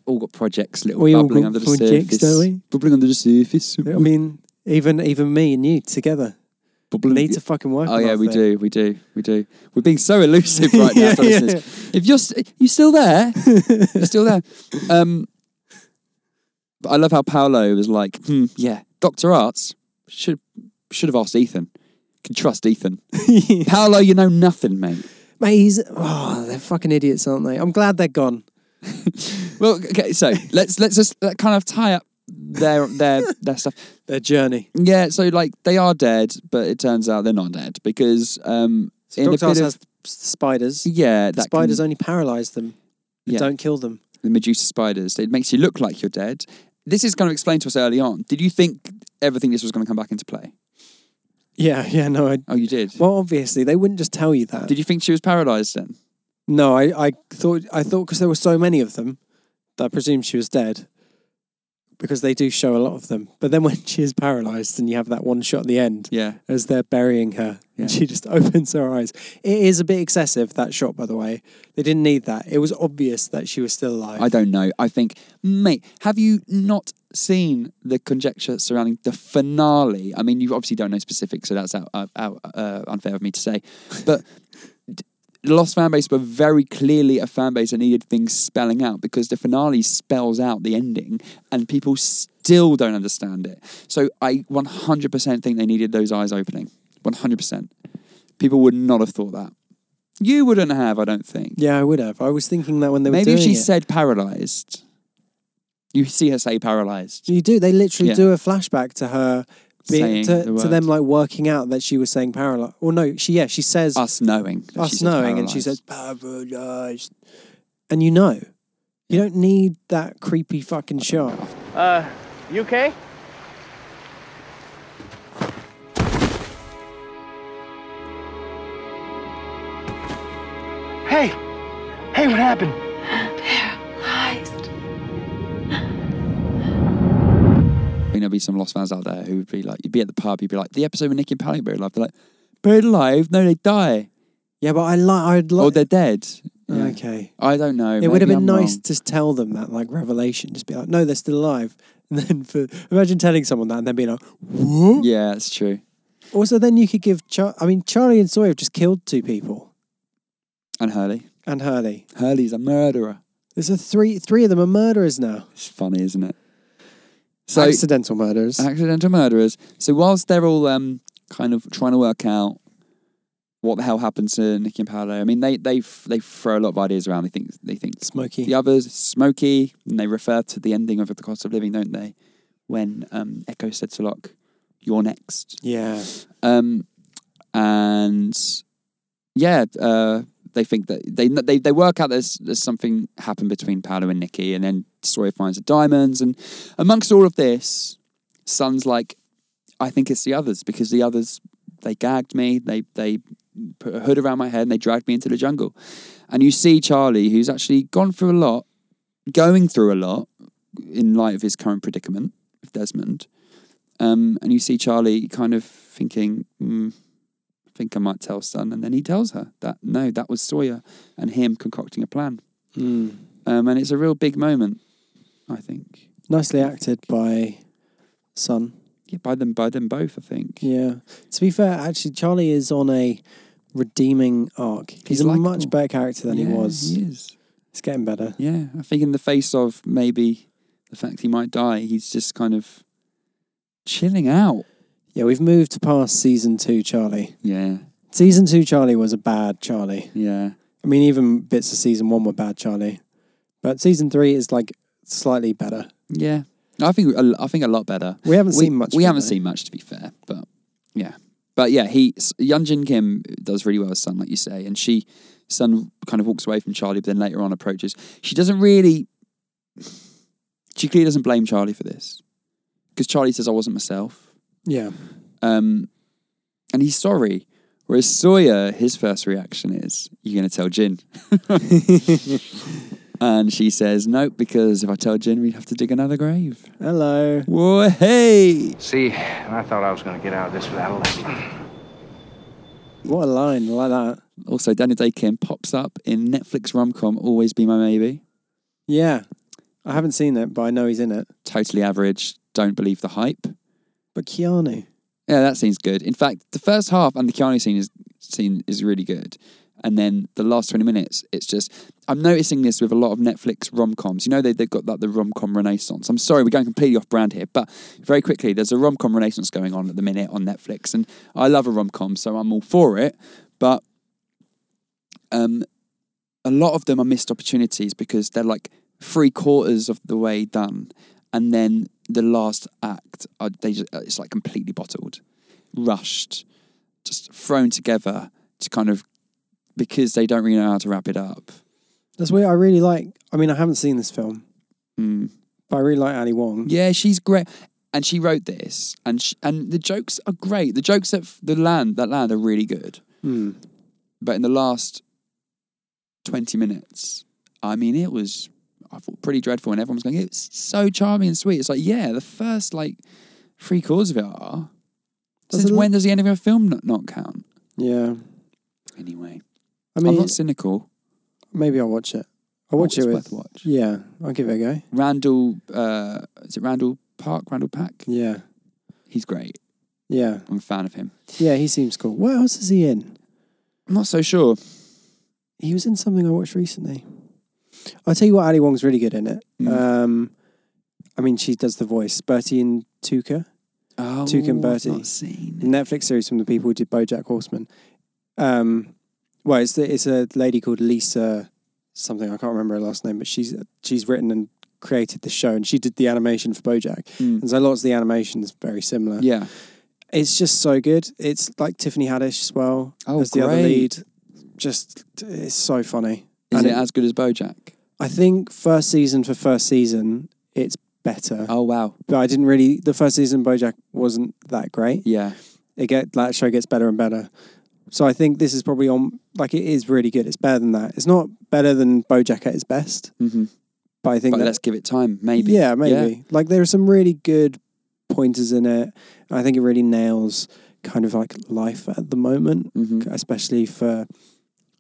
All got projects, little
We all
bubbling
got
under the surface.
projects, don't we?
Bubbling under the surface.
I mean, even even me and you together.
But
We
believe-
need to fucking work.
Oh
on
yeah,
that
we do,
thing.
we do, we do. We're being so
[laughs]
elusive right now,
Yeah,
to
yeah,
listeners. If you're st- you still there, you're still there. Um, but I love how Paolo was like, hmm, yeah, Doctor Arts should should have asked Ethan. Can trust Ethan.
[laughs]
Paolo, you know nothing, mate.
Mate, he's oh, they're fucking idiots, aren't they? I'm glad they're gone.
Well, okay, so let's let's just let kind of tie up their their their stuff.
Their journey.
Yeah, so like they are dead, but it turns out they're not dead because um,
So
in a
Doctor House
bit
has
of,
s- spiders.
yeah,
the
that
spiders
can-
only paralyze them. They
Yeah.
Don't kill them.
the Medusa spiders. It makes you look like you're dead. This is kind of explained to us early on. Did you think everything this was going to come back into play?
Yeah, [laughs] yeah, no. I,
Oh, you did.
well, obviously they wouldn't just tell you that.
Did you think she was paralyzed then?
no, I, I thought I thought because there were so many of them, that I presumed she was dead. Because they do show a lot of them, but then [laughs] when she is paralyzed and you have that one shot at the end
Yeah.
as they're burying her,
Yeah.
and she just [laughs] opens her eyes. It is a bit excessive that shot, by the way. They didn't need that. It was obvious that she was still alive.
I don't know. I think, mate, have you not seen the conjecture surrounding the finale? I mean, you obviously don't know specifics, so that's out, out, out, uh, unfair of me to say. But [laughs] d- the Lost fan base were very clearly a fan base that needed things spelling out because the finale spells out the ending and people still don't understand it. So I 100% think they needed those eyes opening. 100%. People would not have thought that. You wouldn't have, I don't think.
Yeah, I would have. I was thinking that when they were
Maybe
doing
if she
it.
said paralyzed, you see her say paralyzed.
you do. They literally
Yeah.
do a flashback to her, being,
Saying
to,
the
to
word.
them like working out that she was saying paralyzed. Well, no, she yeah, she says us,
Us knowing. that she said
knowing, Oh, and she
paralysed.
says paralyzed, and you know, you don't need that creepy fucking shot.
You okay? Hey! Hey, what happened?
Paralyzed.
I think there'll be some Lost fans out there who would be like, you'd be at the pub, you'd be like, the episode with Nicky and Pally buried alive. They're like, buried alive? No, they die.
Yeah, but I like. I'd
Or
like. Oh,
they're dead. Yeah.
okay.
I don't know.
It would have
Maybe
been
I'm
nice
wrong.
to tell them that, like revelation. Just be like, no, they're still alive. [laughs] And then for imagine telling someone that and then being like, what?
Yeah, that's true.
Also, then you could give. Char- I mean, Charlie and Sawyer have just killed two people
And Hurley.
and Hurley.
Hurley's a murderer.
There's a three three of them are murderers now.
It's funny, isn't it? So, uh,
Accidental murders.
accidental murderers. So whilst they're all um, kind of trying to work out what the hell happened to Nicky and Paolo, I mean they they f- they throw a lot of ideas around. They think they think
Smoky.
the others Smokey, and they refer to the ending of the cost of living, don't they? When um, Echo said to Locke, "You're next."
Yeah.
Um, and yeah, uh, they think that they they they work out there's there's something happened between Paolo and Nikki, and then Sawyer finds the diamonds, and amongst all of this, Son's like, I think it's the others because the others they gagged me, they they put a hood around my head, and they dragged me into the jungle, and you see Charlie, who's actually gone through a lot, going through a lot, in light of his current predicament with Desmond. Um, and you see Charlie kind of thinking, mm, I think I might tell Son. And then he tells her that, no, that was Sawyer and him concocting a plan.
Hmm.
Um, and it's a real big moment, I think.
Nicely acted by Son.
Yeah, by them, by them both, I think.
Yeah. To be fair, actually, Charlie is on a redeeming arc. He's,
He's
a
likeable.
much better character than he
Yeah,
was.
He is.
It's getting better.
Yeah, I think in the face of maybe the fact he might die, he's just kind of chilling out.
Yeah, we've moved past season two, Charlie.
Yeah,
Season two, Charlie was a bad Charlie.
yeah.
I mean, even bits of season one were bad Charlie, but season three is like slightly better.
Yeah, I think a- I think a lot better.
We haven't seen much
We
from
haven't
them.
seen much, to be fair. But yeah, but yeah, he S- Yunjin Kim does really well as Sun, like you say, and she Sun kind of walks away from Charlie, but then later on approaches. She doesn't really. She clearly doesn't blame Charlie for this, because Charlie says I wasn't myself,
Yeah.
um, and he's sorry. Whereas Sawyer, his first reaction is, "You're going to tell
[laughs]
Jin," [laughs] and she says, "Nope," because if I tell Jin, we'd have to dig another grave.
Hello.
Whoa, hey!
See, I thought I was gonna get out of this without a lesson.
What a line I like that.
Also, Daniel Day Kim pops up in Netflix rom com Always Be My Maybe.
Yeah. I haven't seen it, but I know he's in it.
Totally average. Don't believe the hype.
But Keanu.
Yeah, that scene's good. In fact, the first half and the Keanu scene is scene is really good. And then the last 20 minutes, it's just I'm noticing this with a lot of Netflix rom coms. You know, they they've got like the rom com renaissance. I'm sorry, we're going completely off brand here, but very quickly, there's a rom com renaissance going on at the minute on Netflix, and I love a rom com, so I'm all for it. But um a lot of them are missed opportunities because they're like three quarters of the way done, and then the last act are, they just, it's like completely bottled, rushed, just thrown together to kind of because they don't really know how to wrap it up.
That's weird. I really like. I mean, I haven't seen this film,
Mm.
but I really like Ali Wong.
Yeah, she's great, and she wrote this, and sh and the jokes are great. The jokes that f- the land that land are really good,
Hmm.
but in the last twenty minutes, I mean, it was I thought pretty dreadful, and everyone was going, "It's so charming and sweet." It's like, yeah, the first like three quarters of it are.
Does
Since
it-
when does the end of a film not, not count?
Yeah.
Anyway,
I
I am
mean,
not cynical.
maybe I'll watch it. I'll watch
It's
it
worth
with.
a watch.
Yeah, I'll give it a go.
Randall, uh, is it Randall Park? Randall Pack?
Yeah,
He's great.
yeah,
I'm a fan of him.
yeah. He seems cool. What else is he in?
I'm not so sure.
He was in something I watched recently. I'll tell you what, Ali Wong's really good in it.
Mm.
Um, I mean, she does the voice. Bertie and Tuca,
Oh,
Tuca and
I've
Bertie.
not seen
the Netflix series from the people who did BoJack Horseman. Um, well, it's the, it's a lady called Lisa something. I can't remember her last name, but she's she's written and created the show, and she did the animation for BoJack.
Mm.
And so lots of the animation is very similar.
Yeah.
It's just so good. It's like Tiffany Haddish as well
Oh,
as the other
great.
lead. Just it's so funny.
Is
And
it
it-
as good as BoJack?
I think first season for first season, it's better.
Oh wow.
But I didn't really. The first season of BoJack wasn't that great.
Yeah.
It get that show gets better and better. So I think this is probably on. Like it is really good. It's better than that. It's not better than BoJack at its best,
hmm
but I think
But
that-
let's give it time. Maybe.
yeah, maybe. Like there are some really good pointers in it. I think it really nails kind of like life at the moment,
Mhm.
especially for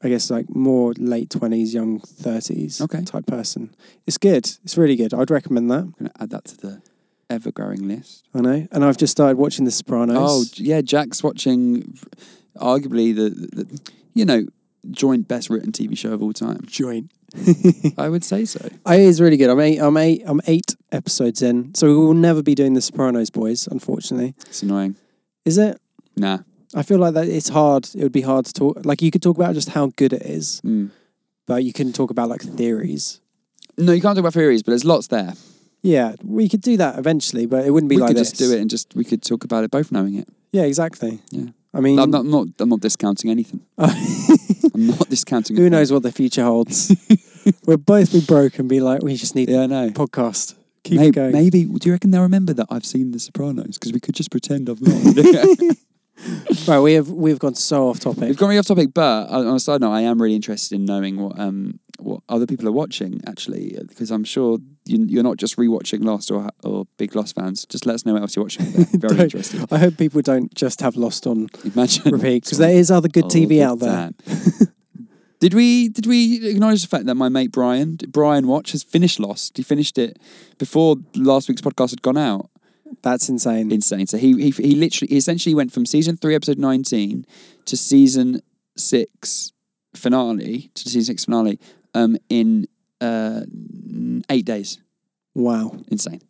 I guess like more late twenties, young thirties
Okay.
type person. It's good. It's really good. I'd recommend that.
I'm gonna add that to the ever-growing list.
I know. And I've just started watching The Sopranos.
Oh j- yeah, Jack's watching, arguably the, the you know joint best written TV show of all time.
joint.
I would say so.
It is really good. I'm eight. I'm eight. I'm eight episodes in. So we will never be doing The Sopranos, boys. Unfortunately,
It's annoying.
is it?
Nah.
I feel like that it's hard. It would be hard to talk. Like you could talk about just how good it is,
Mm.
but you couldn't talk about like theories.
No, you can't talk about theories, but there's lots there.
Yeah, we could do that eventually, but it wouldn't be
we
like
could
this.
just do it and just we could talk about it both knowing it.
Yeah, exactly.
Yeah.
I mean,
I'm not, I'm not. I'm not discounting anything. I'm not discounting.
who
anything.
knows what the
[laughs]
future holds? we'll both be broke and be like, we just need
Yeah, I know.
a podcast. Keep
maybe,
it going.
maybe do you reckon they'll remember that I've seen The Sopranos? Because we could just pretend I've
[laughs]
not.
Right, we have we've gone so off topic.
We've gone really off topic, but on on a side note, I am really interested in knowing what um what other people are watching actually, because I'm sure you, you're not just rewatching Lost or or big Lost fans. Just let us know what else you're watching. [laughs]
[laughs]
Very
Don't-
interesting.
I hope people don't just have lost on
Imagine [laughs]
repeat because there is other good
All
TV
the
out there.
time. did we did we acknowledge the fact that my mate Brian Brian Watch has finished Lost? He finished it before last week's podcast had gone out.
That's insane.
insane. So he he he literally he essentially went from season three, episode nineteen, to season six finale to season six finale um, in uh, eight days.
wow.
Insane.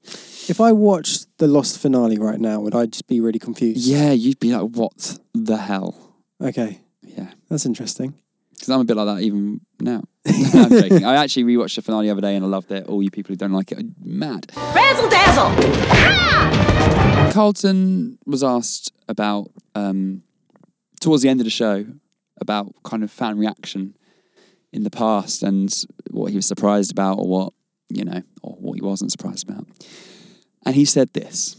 If I watched the Lost finale right now, would I just be really confused?
Yeah, you'd be like, what the hell?
Okay,
Yeah,
that's interesting.
because I'm a bit like that even now. [laughs] I'm joking. I actually rewatched the finale the other day and I loved it. All you people who don't like it are mad.
Razzle dazzle!
Carlton was asked about um, towards the end of the show about kind of fan reaction in the past and what he was surprised about or what you know or what he wasn't surprised about, and he said this.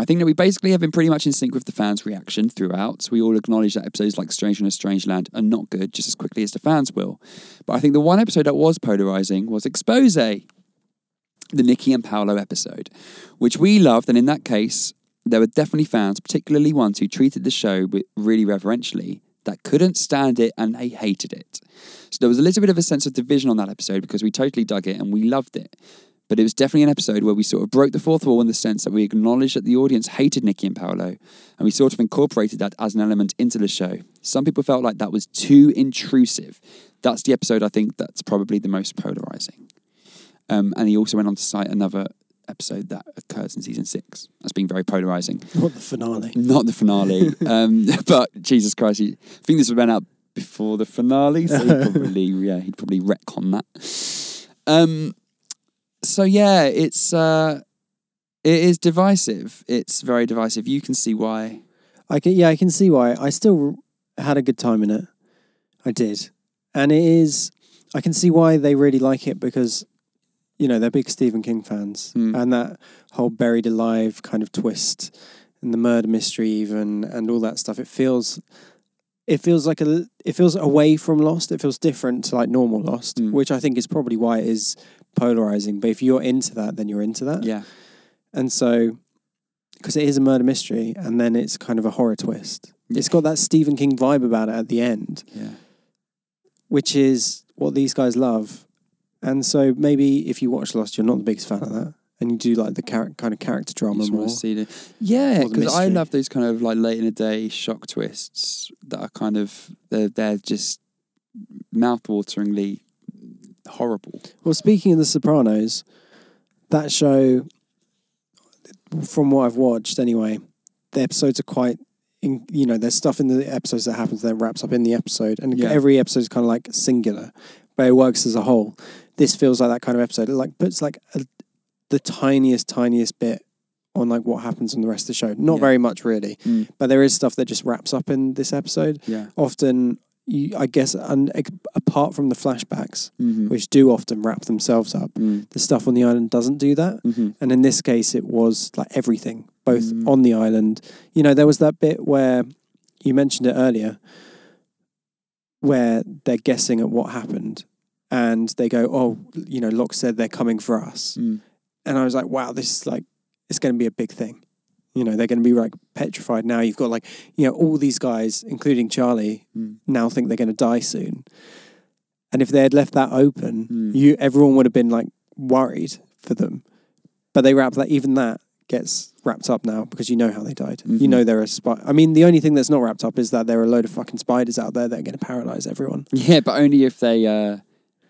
I think that we basically have been pretty much in sync with the fans' reaction throughout. We all acknowledge that episodes like Stranger in a Strange Land are not good just as quickly as the fans will. But I think the one episode that was polarizing was Expose the Nikki and Paolo episode, which we loved. And in that case, there were definitely fans, particularly ones who treated the show with- really reverentially, that couldn't stand it and they hated it. So there was a little bit of a sense of division on that episode because we totally dug it and we loved it. But it was definitely an episode where we sort of broke the fourth wall in the sense that we acknowledged that the audience hated Nikki and Paolo, and we sort of incorporated that as an element into the show. Some people felt like that was too intrusive. That's the episode I think that's probably the most polarizing. Um, and he also went on to cite another episode that occurs in season six as being very [laughs] polarizing
Not the finale.
not the finale. um, [laughs] but Jesus Christ, he, I think this went out before the finale, so [laughs] he'd probably yeah, he'd probably retcon that. Um, so yeah, it's uh, it is divisive. It's very divisive. You can see why.
I can, yeah, I can see why. I still had a good time in it. I did, and it is. I can see why they really like it because, you know, they're big Stephen King fans, and that whole buried alive kind of twist, and the murder mystery even, and all that stuff. It feels, it feels like a, it feels away from Lost. It feels different to like normal Lost, which I think is probably why it is polarizing. But if you're into that, then you're into that.
Yeah,
And so, because it is a murder mystery, and then it's kind of a horror twist. It's got that Stephen King vibe about it at the end,
yeah,
which is what these guys love. And so maybe if you watch Lost, you're not the biggest fan of that, and you do like the char- kind of character
You
drama
just wanna
more.
see the- yeah,
Or the
because I
mystery.
love those kind of like late in the day shock twists that are kind of they're they're just mouthwateringly horrible.
Well, speaking of The Sopranos, that show, from what I've watched anyway, the episodes are quite, in, you know, there's stuff in the episodes that happens that wraps up in the episode, and
Yeah.
every episode is kind of like singular, but it works as a whole. This feels like that kind of episode. It like puts like a, the tiniest, tiniest bit on like what happens in the rest of the show. Not
Yeah.
very much really,
Mm.
but there is stuff that just wraps up in this episode.
Yeah.
Often, you, I guess, and ex- apart from the flashbacks,
Mhm.
which do often wrap themselves up.
Mm.
The stuff on the island doesn't do that.
Mhm.
And in this case, it was like everything, both
Mm.
on the island. You know, there was that bit where you mentioned it earlier, where they're guessing at what happened and they go, oh, you know, Locke said they're coming for us.
Mm.
And I was like, wow, this is like, it's going to be a big thing. You know, they're going to be like petrified now. You've got like, you know, all these guys, including Charlie, now think they're going to die soon. And if they had left that open, you everyone would have been like worried for them. But they wrap that, even that gets wrapped up now because you know how they died.
Mm-hmm.
You know there are spiders. I mean, the only thing that's not wrapped up is that there are a load of fucking spiders out there that are going to paralyze everyone.
Yeah, but only if they uh,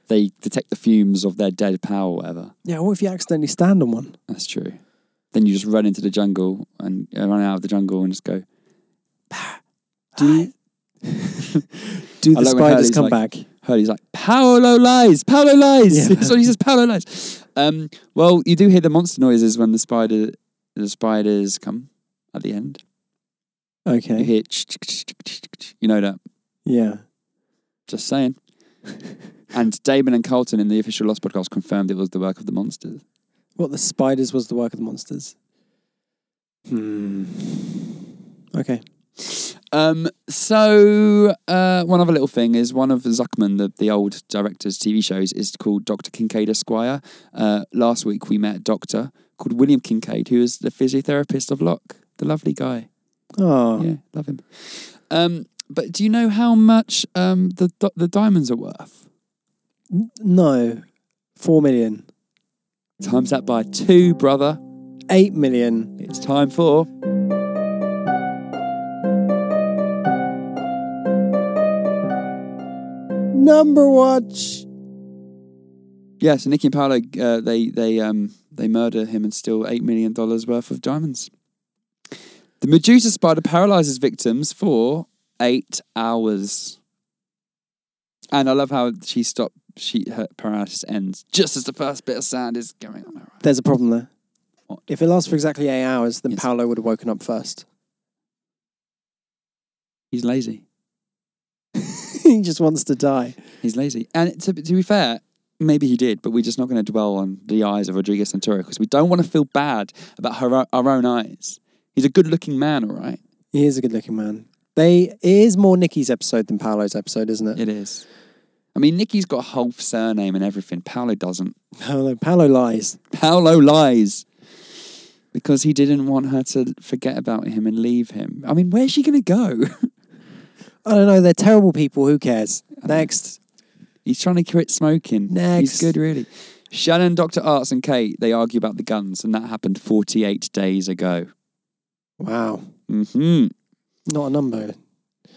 they detect the fumes of their dead pal or whatever.
Yeah, what if you accidentally stand on one?
That's true. Then you just run into the jungle and uh, run out of the jungle and just go.
Do do
I
the
like when
spiders
Hurley's
come
like-
back?
Hurley's like Paolo lies, Paolo lies. [laughs]
Yeah.
so he says Paolo lies. Um, well, you do hear the monster noises when the spider the spiders come at the end. You
Okay.
hear, ch- ch- ch- ch- ch- ch- you know that.
Yeah.
Just saying. and Damon and Carlton in the official Lost podcast confirmed it was the work of the monsters.
What the spiders was the work of the monsters. Hmm. Okay.
Um, so uh, one other little thing is one of Zuckman, the, the old director's TV shows, is called Doctor Kincaid Esquire. Uh, last week we met a doctor called William Kincaid, who is the physiotherapist of Locke, the lovely guy.
Oh.
Yeah, love him. Um, but do you know how much um, the do- the diamonds are worth?
No. Four million.
Times that by two, brother.
Eight million.
It's time for
Number watch.
yeah. So Nicky and Paolo, uh, they they um they murder him and steal eight million dollars worth of diamonds. The Medusa spider paralyzes victims for eight hours, and I love how she stopped. She her paralysis ends just as the first bit of sound is going on. Her.
There's a problem there.
What?
If it lasts for exactly eight hours, then
Yes.
Paolo would have woken up first.
He's lazy.
[laughs] he just wants to die.
He's lazy. And to, to be fair, maybe he did, but we're just not going to dwell on the eyes of Rodriguez Santoro because we don't want to feel bad about her, our own eyes. He's a good-looking man, all right.
He is a good looking man. They it is more Nikki's episode than Paolo's episode, isn't it?
It is. I mean, Nicky's got a whole surname and everything. Paolo doesn't.
Paolo, Paolo lies.
Paolo lies because he didn't want her to forget about him and leave him. I mean, where's she going to go? [laughs]
I don't know, they're terrible people, who cares? Next.
He's trying to quit smoking.
Next.
He's good, really. Shannon, Dr. Arts, and Kate, they argue about the guns, and that happened 48 days ago.
Wow.
hmm
Not a number.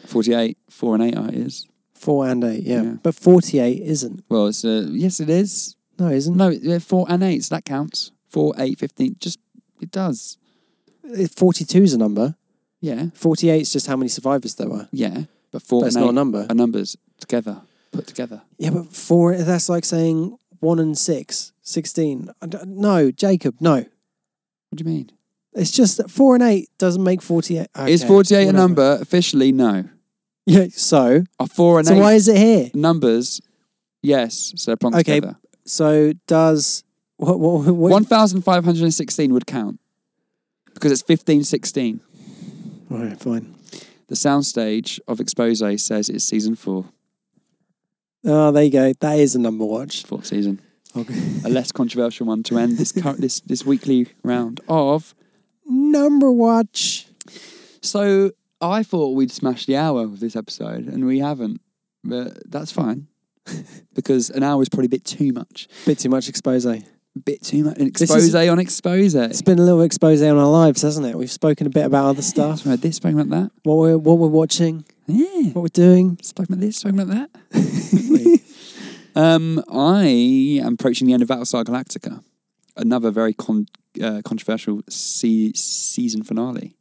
48, 4 and 8 uh, it is.
Four and eight, yeah.
Yeah.
But 48 isn't.
Well, it's uh, yes, it is.
No, it isn't.
No, yeah, 4 and 8, so that counts. 4, 8, 15, just, it does.
42 is a number.
Yeah,
48 is just how many survivors there were.
yeah. But 4
But it's
and 8
not a number.
are numbers together, put together.
Yeah, but four, that's like saying one and six, 16. I don't- No, Jacob, no.
What do you mean?
It's just that four and eight doesn't make 48.
Is
Okay,
48
whatever.
a number? Officially, no.
Yeah, so.
Are 4 and
So
8
why is it here?
numbers? Yes, so they're plumped
Okay,
together.
So does. What, what, what,
1,516 would count because it's 1516.
All right, fine.
The soundstage of Expose says it's season four,
Oh, there you go. That is a number watch.
fourth season.
Okay.
A less controversial one to end this current this this weekly round of.
number watch.
So I thought we'd smash the hour with this episode, and we haven't, but that's fine [laughs] because an hour is probably a bit too much.
Bit too much expose. It's
A bit too much. An
is-
expose on expose.
been a little expose on our lives, hasn't it? We've spoken a bit about
[laughs]
other stuff,
Spoken about this, spoken about that.
what we're what we're watching,
Yeah.
what we're doing.
Spoken about this, spoken about that. um, I am approaching the end of Battlestar Galactica, another very con- uh, controversial se- season finale.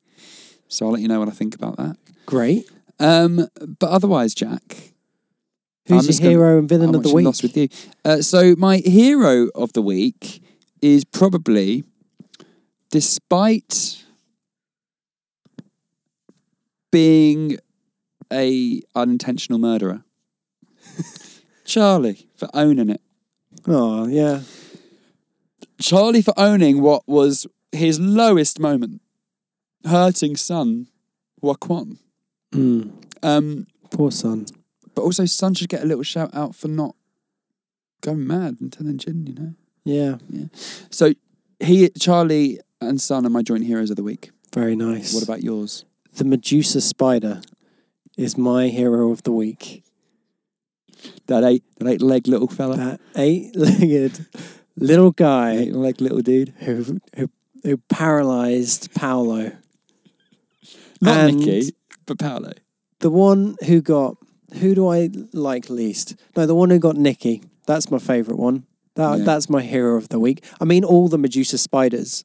So I'll let you know what I think about that.
[laughs] Great.
Um, but otherwise, Jack, I'm
Who's
just
your
gonna-
hero and villain
I'm
of the
actually
week?
lost with you. Uh, so my hero of the week is probably, despite being a unintentional
[laughs]
murderer, Charlie for owning it.
Oh yeah.
Charlie for owning what was his lowest moment, hurting son Wakwan.
Hmm.
Um,
Poor son.
but also, son should get a little shout out for not going mad and telling Jin, you know.
Yeah.
So he, Charlie, and Son are my joint heroes of the week.
Very nice.
What about yours?
the Medusa spider? Is my hero of the week.
That eight, that eight leg little fella,
That eight-legged little guy
eight leg little dude.
who who who paralyzed Paolo.
Not
And-
Nicky, but Paolo.
The one who got who do I like least? No, the one who got Nikki. That's my favourite one. That
Yeah.
that's my hero of the week. I mean, all the Medusa spiders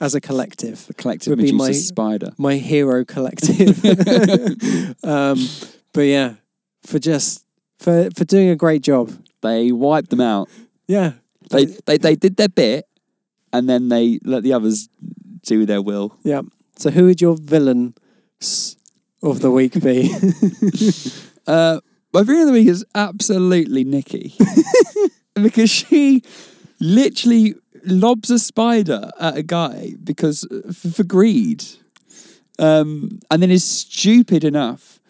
as a collective.
The collective
Would be
Medusa
my-
spider.
My hero collective. [laughs] um, but yeah, for just for for doing a great job.
They wiped them out.
Yeah,
They, they they did their bit, and then they let the others do their will.
yeah. So who would your villain s- of the week be? [laughs]
Uh, my villain of the week is absolutely [laughs] Nikki because she literally lobs a spider at a guy because for, for greed, um, and then is stupid enough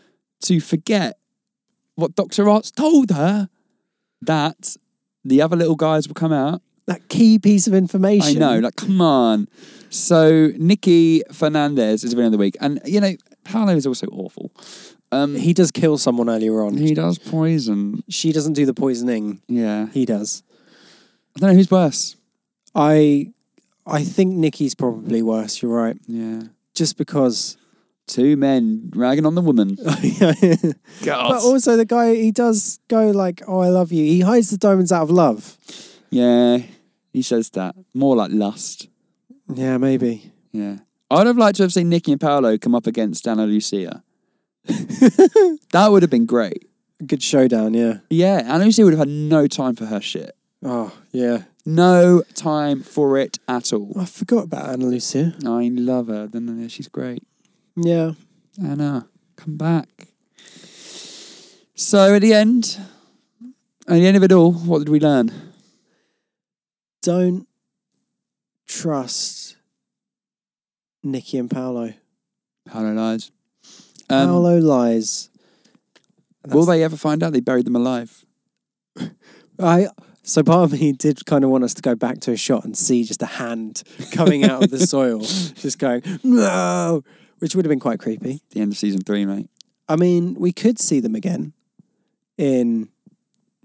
to forget what Doctor Arts told her that the other little guys will come out.
that key piece of
I
information.
know, like come on. So Nikki Fernandez is the villain of the week, and you know Paolo is also awful. Um,
He does kill someone earlier on.
he does poison.
she doesn't do the poisoning.
Yeah.
He does.
I don't know who's worse.
I I think Nikki's probably worse. You're right.
Yeah. [laughs]
Just because.
Two men ragging on the woman.
but also the guy he does go like, "Oh, I love you." He hides the diamonds out of love.
yeah. He says that. More like lust.
Yeah, maybe.
Yeah. I would have liked to have seen Nikki and Paolo come up against Dana Lucia. that would have been great.
Good showdown. Yeah.
Yeah. Anna Lucia would have had no time for her shit.
Oh yeah.
No time for it at all.
I forgot about Anna Lucia.
I love her. Then then she's great.
Yeah.
Anna, come back. So at the end, at the end of it all, what did we learn?
Don't trust Nikki and Paolo.
Paolo lies. Um,
Paolo lies.
Will they ever find out they buried them alive?
I so part of me did kind of want us to go back to a shot and see just a hand coming out of the [laughs] soil, just going no, which would have been quite creepy.
The end of season three, mate.
I mean, we could see them again in,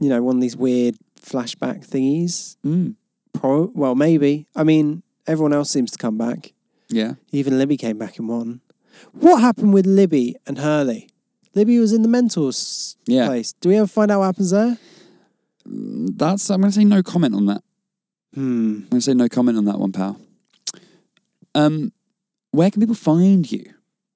you know, one of these weird flashback thingies.
Mm.
Pro- well, maybe. I mean, everyone else seems to come back.
Yeah.
Even Libby came back in one. What happened with Libby and Hurley? Libby was in the mental s-
Yeah.
place. Do we ever find out what happens there?
That's, I'm going to say no comment on that.
Hmm.
I'm going to say no comment on that one, pal. Um, where can people find you?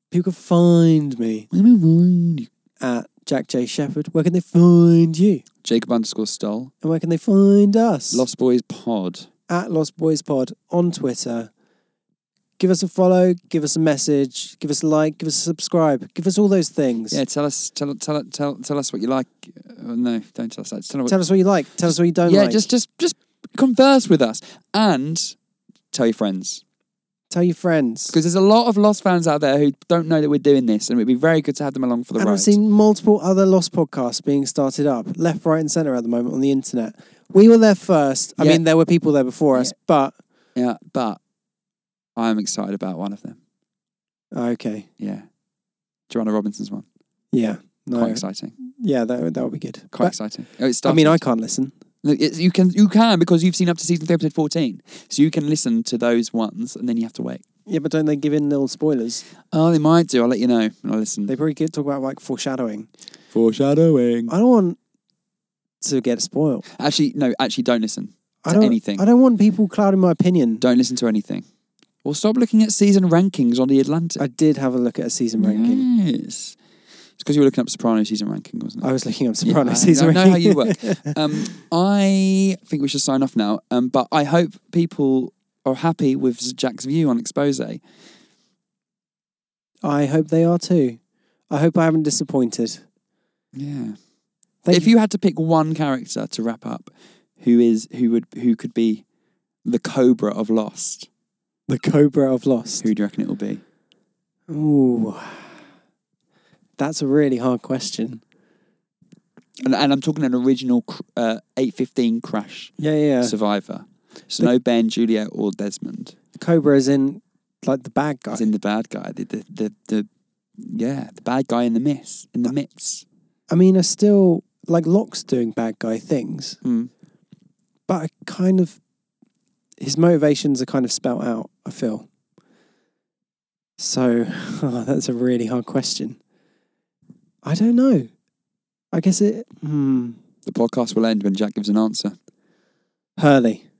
People can find me
Where can people find you?
at Jack J Shepherd. Where can they find you?
Jacob underscore Stoll.
And where can they find us?
Lost Boys Pod.
at Lost Boys Pod on Twitter. Give us a follow, give us a message, give us a like, give us a subscribe, give us all those things.
Yeah, tell us, tell, tell, tell, tell us what you like. Uh, no, don't tell us that. Tell us what,
Tell us what you like, tell us what you don't
yeah,
like.
just, just, just converse with us and tell your friends
tell your friends.
because there's a lot of Lost fans out there who don't know that we're doing this, and it'd be very good to have them along for the
And
ride.
I've seen multiple other Lost podcasts being started up, left, right, and centre at the moment on the internet. We were there first. I
Yeah.
mean, there were people there before us, but
yeah, but I'm excited about one of them.
okay,
Yeah, Joanna Robinson's one.
Oh, yeah, no,
Quite exciting.
yeah, that that would be good.
Quite
But-
exciting. Oh, it
I
started.
mean, I can't listen.
Look, it's- you can you can because you've seen up to season three, episode fourteen, so you can listen to those ones, and then you have to wait.
Yeah, but don't they give in little spoilers?
Oh, they might do. I'll let you know when I listen.
They probably get talk about like foreshadowing.
Foreshadowing.
I don't want to get spoiled.
Uh, Actually, no. Actually, don't listen
I
to
don't,
anything.
I don't want people clouding my opinion.
Don't listen to anything. Well, stop looking at season rankings on the Atlantic.
I did have a look at a season ranking.
Yes. It's because you were looking up Soprano season ranking, wasn't it?
I was looking up
Yeah,
Soprano
I-
season
I know
ranking.
how you [laughs] work. Um, I think we should sign off now. Um, but I hope people are happy with Jack's view on expose.
[laughs] I hope they are too. I hope I haven't disappointed.
Yeah.
Thank
if you had to pick one character to wrap up, who is who would who could be the Cobra of Lost?
the Cobra of Lost.
Who do you reckon it will be?
Ooh, that's a really hard question.
And, and I'm talking an original cr- uh, 815 crash
Yeah, yeah. yeah.
survivor. So no Ben, Juliet, or Desmond.
Cobra is in like the bad guy.
It's in the bad guy. The, the the the yeah, the bad guy in the mist in the midst.
I mean, I still like Locke's doing bad guy things,
Mm.
but I kind of his motivations are kind of spelt out. I feel so. [laughs] oh, that's a really hard question. I don't know. I guess it. Hmm.
The podcast will end when Jack gives an answer.
Hurley.